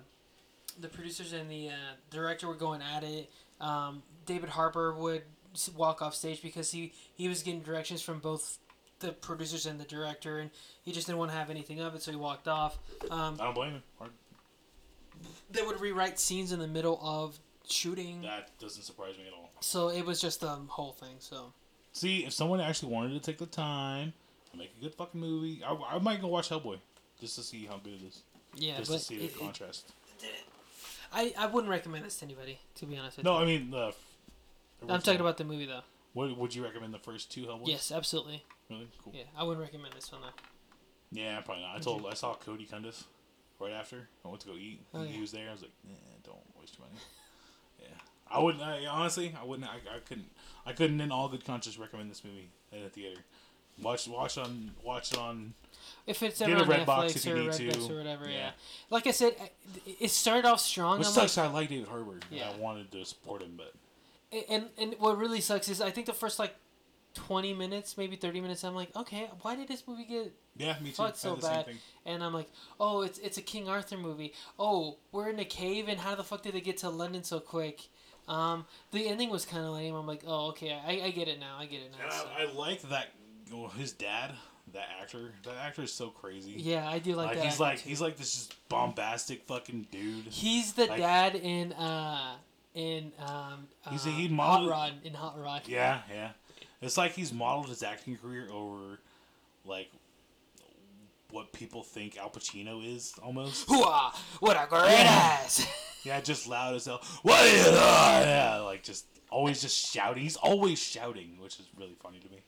A: the producers and the uh, director were going at it. Um, David Harper would s- walk off stage because he he was getting directions from both the producers and the director, and he just didn't want to have anything of it, so he walked off. Um,
B: I don't blame him. Hard-
A: they would rewrite scenes in the middle of shooting,
B: That doesn't surprise me at all.
A: so it was just the whole thing. So
B: See, if someone actually wanted to take the time and make a good fucking movie, I, I might go watch Hellboy just to see how good it is.
A: yeah,
B: just
A: but
B: to see the
A: it- it-
B: contrast.
A: I I wouldn't recommend this to anybody, to be honest. With
B: no,
A: you.
B: I mean the.
A: I'm talking about the movie though.
B: Would, would you recommend the first two Hellboys?
A: Yes, absolutely.
B: Really? Cool.
A: Yeah, I wouldn't recommend this one though.
B: Yeah, probably not. I told I saw Cody Cundiff right after I went to go eat.
A: Oh,
B: he
A: yeah.
B: was there. I was like, eh, don't waste your money. Yeah, I wouldn't. I, honestly, I wouldn't. I, I couldn't. I couldn't in all good conscience recommend this movie in a theater. Watch watch on watch it on.
A: If it's
B: Get
A: ever
B: a
A: on
B: Redbox
A: Netflix
B: if you
A: or
B: need
A: Redbox
B: to.
A: or whatever, yeah.
B: Yeah.
A: Like I said, I- it started off strong.
B: Which
A: I'm like,
B: sucks. I like David Harbour. and
A: Yeah.
B: I wanted to support him, but
A: and and what really sucks is I think the first like twenty minutes, maybe thirty minutes, I'm like, okay, why did this movie get
B: yeah, me too. I
A: fucked so
B: had the same
A: bad?
B: thing.
A: And I'm like, oh, it's it's a King Arthur movie. Oh, we're in a cave, and how the fuck did they get to London so quick? Um, the ending was kind of lame. I'm like, oh, okay, I, I get it now. I get it now.
B: And
A: So-
B: I, I like that. Well, his dad, that actor, that actor is so crazy.
A: yeah, I do like,
B: Like
A: that.
B: he's
A: actor
B: like
A: too.
B: he's like this just bombastic fucking dude.
A: He's the
B: Like-
A: dad in uh in um
B: He's a-
A: uh,
B: he
A: Hot
B: modeled-
A: Rod in Hot Rod.
B: Yeah, yeah. It's like he's modeled his acting career over, like, what people think Al Pacino is almost.
A: Hoo-ah, what a great ass.
B: Yeah, just loud as hell. What is that? Yeah, like just always just shouting. He's always shouting, which is really funny to me.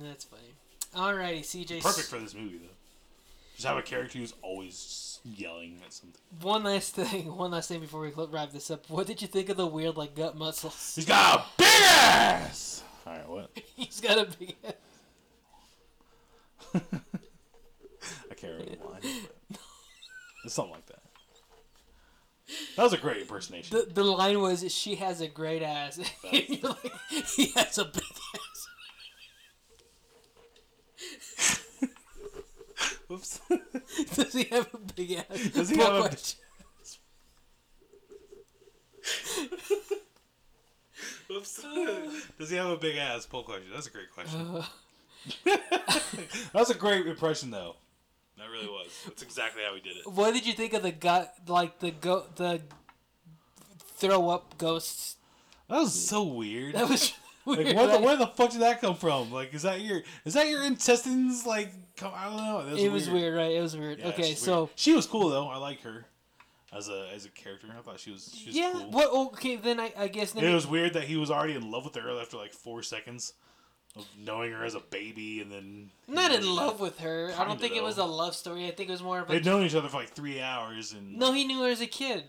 A: That's funny. Alrighty, CJ. 's-
B: Perfect for this movie though. Just have a character who's always yelling at something.
A: One last thing. One last thing before we cl- wrap this up. What did you think of the weird like gut muscles?
B: He's got a big ass. All right, what?
A: He's got a big. ass.
B: I can't remember the line. But it's something like that. That was a great impersonation.
A: The, the line was, "She has a great ass." You're like, he has a big ass.
B: Oops.
A: Does he have a big ass?
B: Does he
A: Poor
B: have a-
A: question.
B: Oops. Does he have a big ass? Poll question. That's a great
A: Uh.
B: question. That's a great impression, though. That really was. That's exactly how he did it.
A: What did you think of the gut, like the go, the throw up ghosts?
B: That was so weird.
A: That was weird.
B: like, where the,
A: right?
B: where the fuck did that come from? Like, is that your is that your intestines? Like, come, I don't know. That
A: it was weird, right? It was weird.
B: Yeah,
A: okay,
B: she's
A: so
B: weird. she was cool though. I like her as a as a character. I thought she was she was
A: yeah.
B: cool.
A: What? Okay, then I, I guess then
B: It was weird that he was already in love with her after like four seconds of knowing her as a baby, and then
A: not in love with her. I don't
B: Kinda,
A: think it was
B: though.
A: a love story. I think it was more of a
B: They'd known each other for like three hours, and
A: no. He knew her as a kid.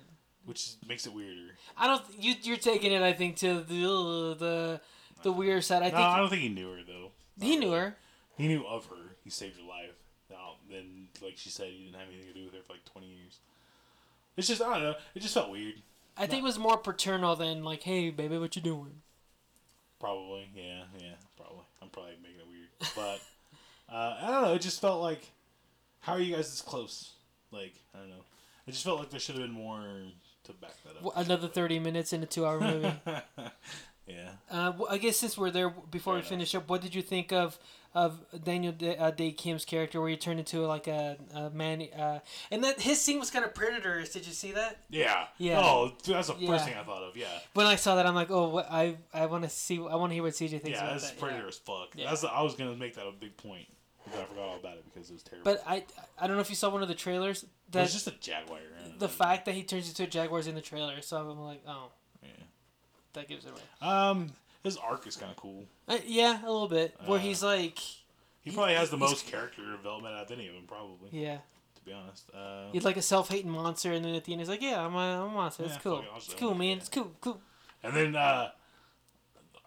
B: which makes it weirder.
A: I don't. You you're taking it. I think to the the the weird side. I
B: No, I
A: think
B: don't think he knew her though.
A: he knew her.
B: He knew of her. He saved her life. Now, then, like she said, he didn't have anything to do with her for like twenty years. It's just I don't know. It just felt weird.
A: I think it was more paternal than like, hey, baby, what you doing?
B: Probably, yeah, yeah, probably. I'm probably making it weird, but uh, I don't know. It just felt like, how are you guys this close? Like, I don't know. It just felt like there should have been more to back that up.
A: Wh- Another thirty minutes in a two-hour movie.
B: yeah,
A: Uh, well, I guess since we're there, before
B: Fair
A: we
B: enough.
A: finish up, what did you think of of Daniel Day, uh, Day Kim's character, where he turned into like a, a man? Uh, and that his scene was kind of predatorist. Did you see that?
B: yeah,
A: Yeah.
B: Oh, dude, that's the
A: Yeah.
B: first thing I thought of. Yeah,
A: When I saw that, I'm like, oh, what, I I want to see, I want to hear what CJ thinks
B: yeah,
A: about
B: that's
A: that.
B: prettier
A: yeah.
B: as fuck.
A: Yeah.
B: That's I was gonna make that a big point. but I forgot all about it because it was terrible.
A: But I I don't know if you saw one of the trailers.
B: it
A: That
B: was just a jaguar. I don't know.
A: the fact that he turns into a jaguar is in the trailer, so I'm like, oh,
B: Yeah.
A: that gives it away.
B: Um, his arc is kind of cool.
A: Uh, yeah, a little bit. where
B: Uh,
A: he's like,
B: He probably has the
A: he's-
B: most character development out of any of them, probably.
A: yeah,
B: To be honest. Uh,
A: he's like a self-hating monster, and then at the end he's like, yeah, I'm a, I'm a monster. It's
B: Yeah,
A: cool.
B: fucking awesome.
A: It's cool, man.
B: Yeah.
A: It's cool, cool.
B: And then uh,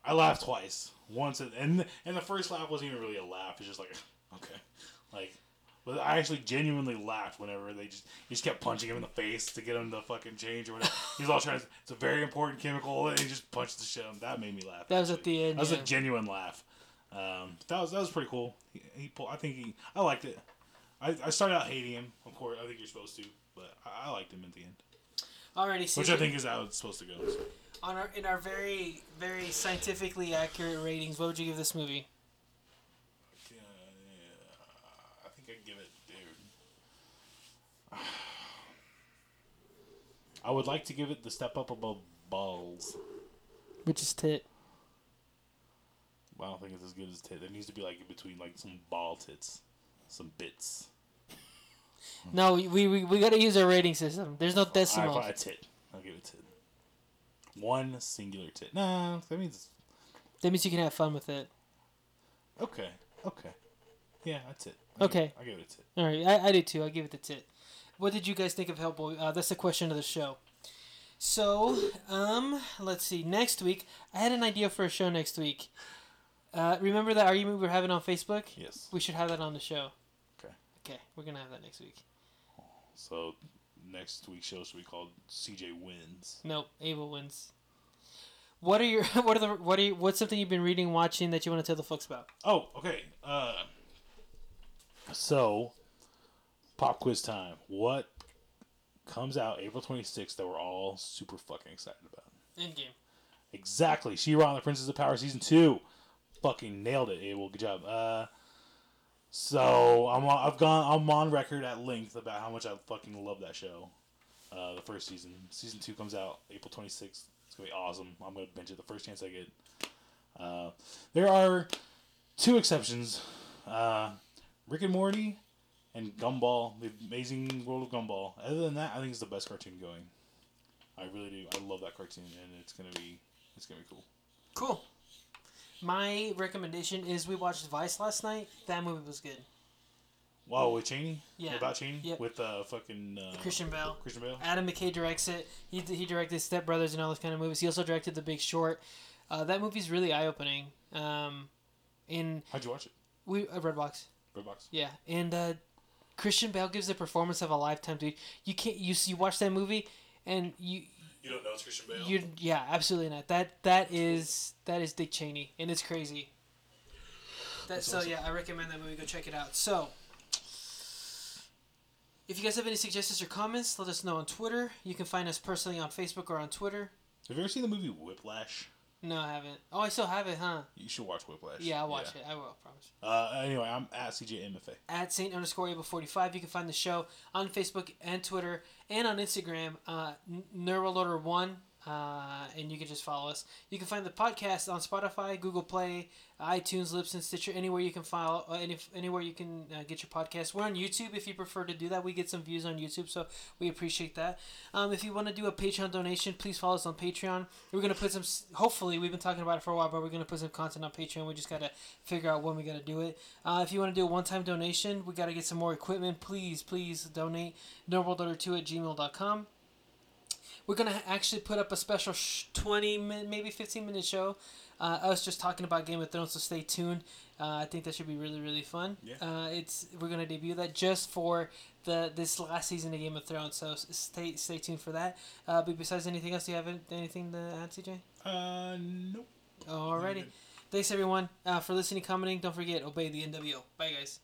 B: I laughed twice. Once and- and and the first laugh wasn't even really a laugh. It's just like okay, like. But I actually genuinely laughed whenever they just he just kept punching him in the face to get him to fucking change or whatever. He's all trying. to- It's a very important chemical, and he just punched the shit out of him. That made me laugh.
A: That was
B: actually.
A: at the end,
B: That was
A: yeah.
B: a genuine laugh. Um, that was that was pretty cool. He, he pulled. I think he. I liked it. I, I started out hating him. Of course, I think you're supposed to, but I, I liked him at the end,
A: Alrighty, so
B: which I think is how it's supposed to go. so.
A: on our in our very very scientifically accurate ratings, what would you give this movie?
B: Yeah, yeah. I think I'd give it, dude. I would like to give it the step up above balls.
A: Which is tit.
B: I don't think it's as good as tit. It needs to be like in between like some ball tits, some bits.
A: No, we, we, we gotta use our rating system. There's no
B: I
A: decimal.
B: buy a tit. I'll give it tit. One singular tit. Nah, that means it's-
A: That means you can have fun with it.
B: okay, okay. Yeah, a tit.
A: Okay.
B: I give it a tit.
A: All right, I, I do too. I give it the tit. What did you guys think of Hellboy? Uh, that's the question of the show. So, um, let's see. Next week, I had an idea for a show next week. Uh, remember that argument we were having on Facebook?
B: Yes.
A: We should have that on the show.
B: Okay.
A: Okay, we're gonna have that next week.
B: So next week's show should be called CJ Wins.
A: Nope, Abel wins. What are your what are the what are you, what's something you've been reading, watching that you want to tell the folks about?
B: Oh, okay. Uh, so pop quiz time. What comes out April 26th that we're all super fucking excited about?
A: Endgame.
B: Exactly. She-Ra and the Princess of Power season two. Fucking nailed it, Abel. Good job. Uh, so I'm on, I've gone I'm on record at length about how much I fucking love that show. Uh, the first season. Season two comes out April 26th. It's gonna be awesome. I'm gonna bench it the first chance I get. Uh, there are two exceptions. Uh, Rick and Morty and Gumball, the amazing world of Gumball. Other than that, I think it's the best cartoon going. I really do. I love that cartoon, and it's gonna be it's gonna be cool.
A: Cool. My recommendation is we watched Vice last night. That movie was good.
B: Wow, with Cheney?
A: Yeah.
B: About Cheney?
A: Yep.
B: With uh, fucking uh,
A: Christian Bale.
B: Christian Bale.
A: Adam McKay directs it. He, he directed Step Brothers and all those kind of movies. He also directed The Big Short. Uh, that movie's really eye opening. Um, and
B: How'd you watch it?
A: we uh, Redbox.
B: Redbox.
A: Yeah, and uh, Christian Bale gives the performance of a lifetime, dude. You can't you you watch that movie and you
B: You don't know it's Christian Bale.
A: you yeah absolutely not that that is that is Dick Cheney and it's crazy. That so yeah I recommend that movie go check it out. So. If you guys have any suggestions or comments, let us know on Twitter. You can find us personally on Facebook or on Twitter.
B: Have you ever seen the movie Whiplash?
A: No, I haven't. Oh, I still have it, huh?
B: You should watch Whiplash.
A: Yeah, I'll watch it. I will, I promise.
B: Uh, anyway, I'm at CJMFA.
A: at Saint underscore Able forty five. You can find the show on Facebook and Twitter and on Instagram, uh, Neuroloader One, uh, and you can just follow us. You can find the podcast on Spotify, Google Play, iTunes, Libsyn, Stitcher, anywhere you can file, uh, any, anywhere you can uh, get your podcast. We're on YouTube if you prefer to do that. We get some views on YouTube, so we appreciate that. Um, if you want to do a Patreon donation, please follow us on Patreon. We're gonna put some. s- Hopefully, we've been talking about it for a while, but we're gonna put some content on Patreon. We just gotta figure out when we gotta do it. Uh, if you want to do a one-time donation, we gotta get some more equipment. Please, please donate. NoWorldOrder2 at gmail.com. We're gonna ha- actually put up a special sh- twenty, min- maybe fifteen minute show. Uh, us just talking about Game of Thrones, so stay tuned. Uh, I think that should be really, really fun.
B: Yeah.
A: Uh, it's we're gonna debut that just for the this last season of Game of Thrones, so s- stay stay tuned for that. Uh, but besides anything else, do you have an- anything to add, CJ?
B: Uh, nope.
A: Alrighty. Thanks everyone uh, for listening, commenting. Don't forget, obey the NWO. Bye guys.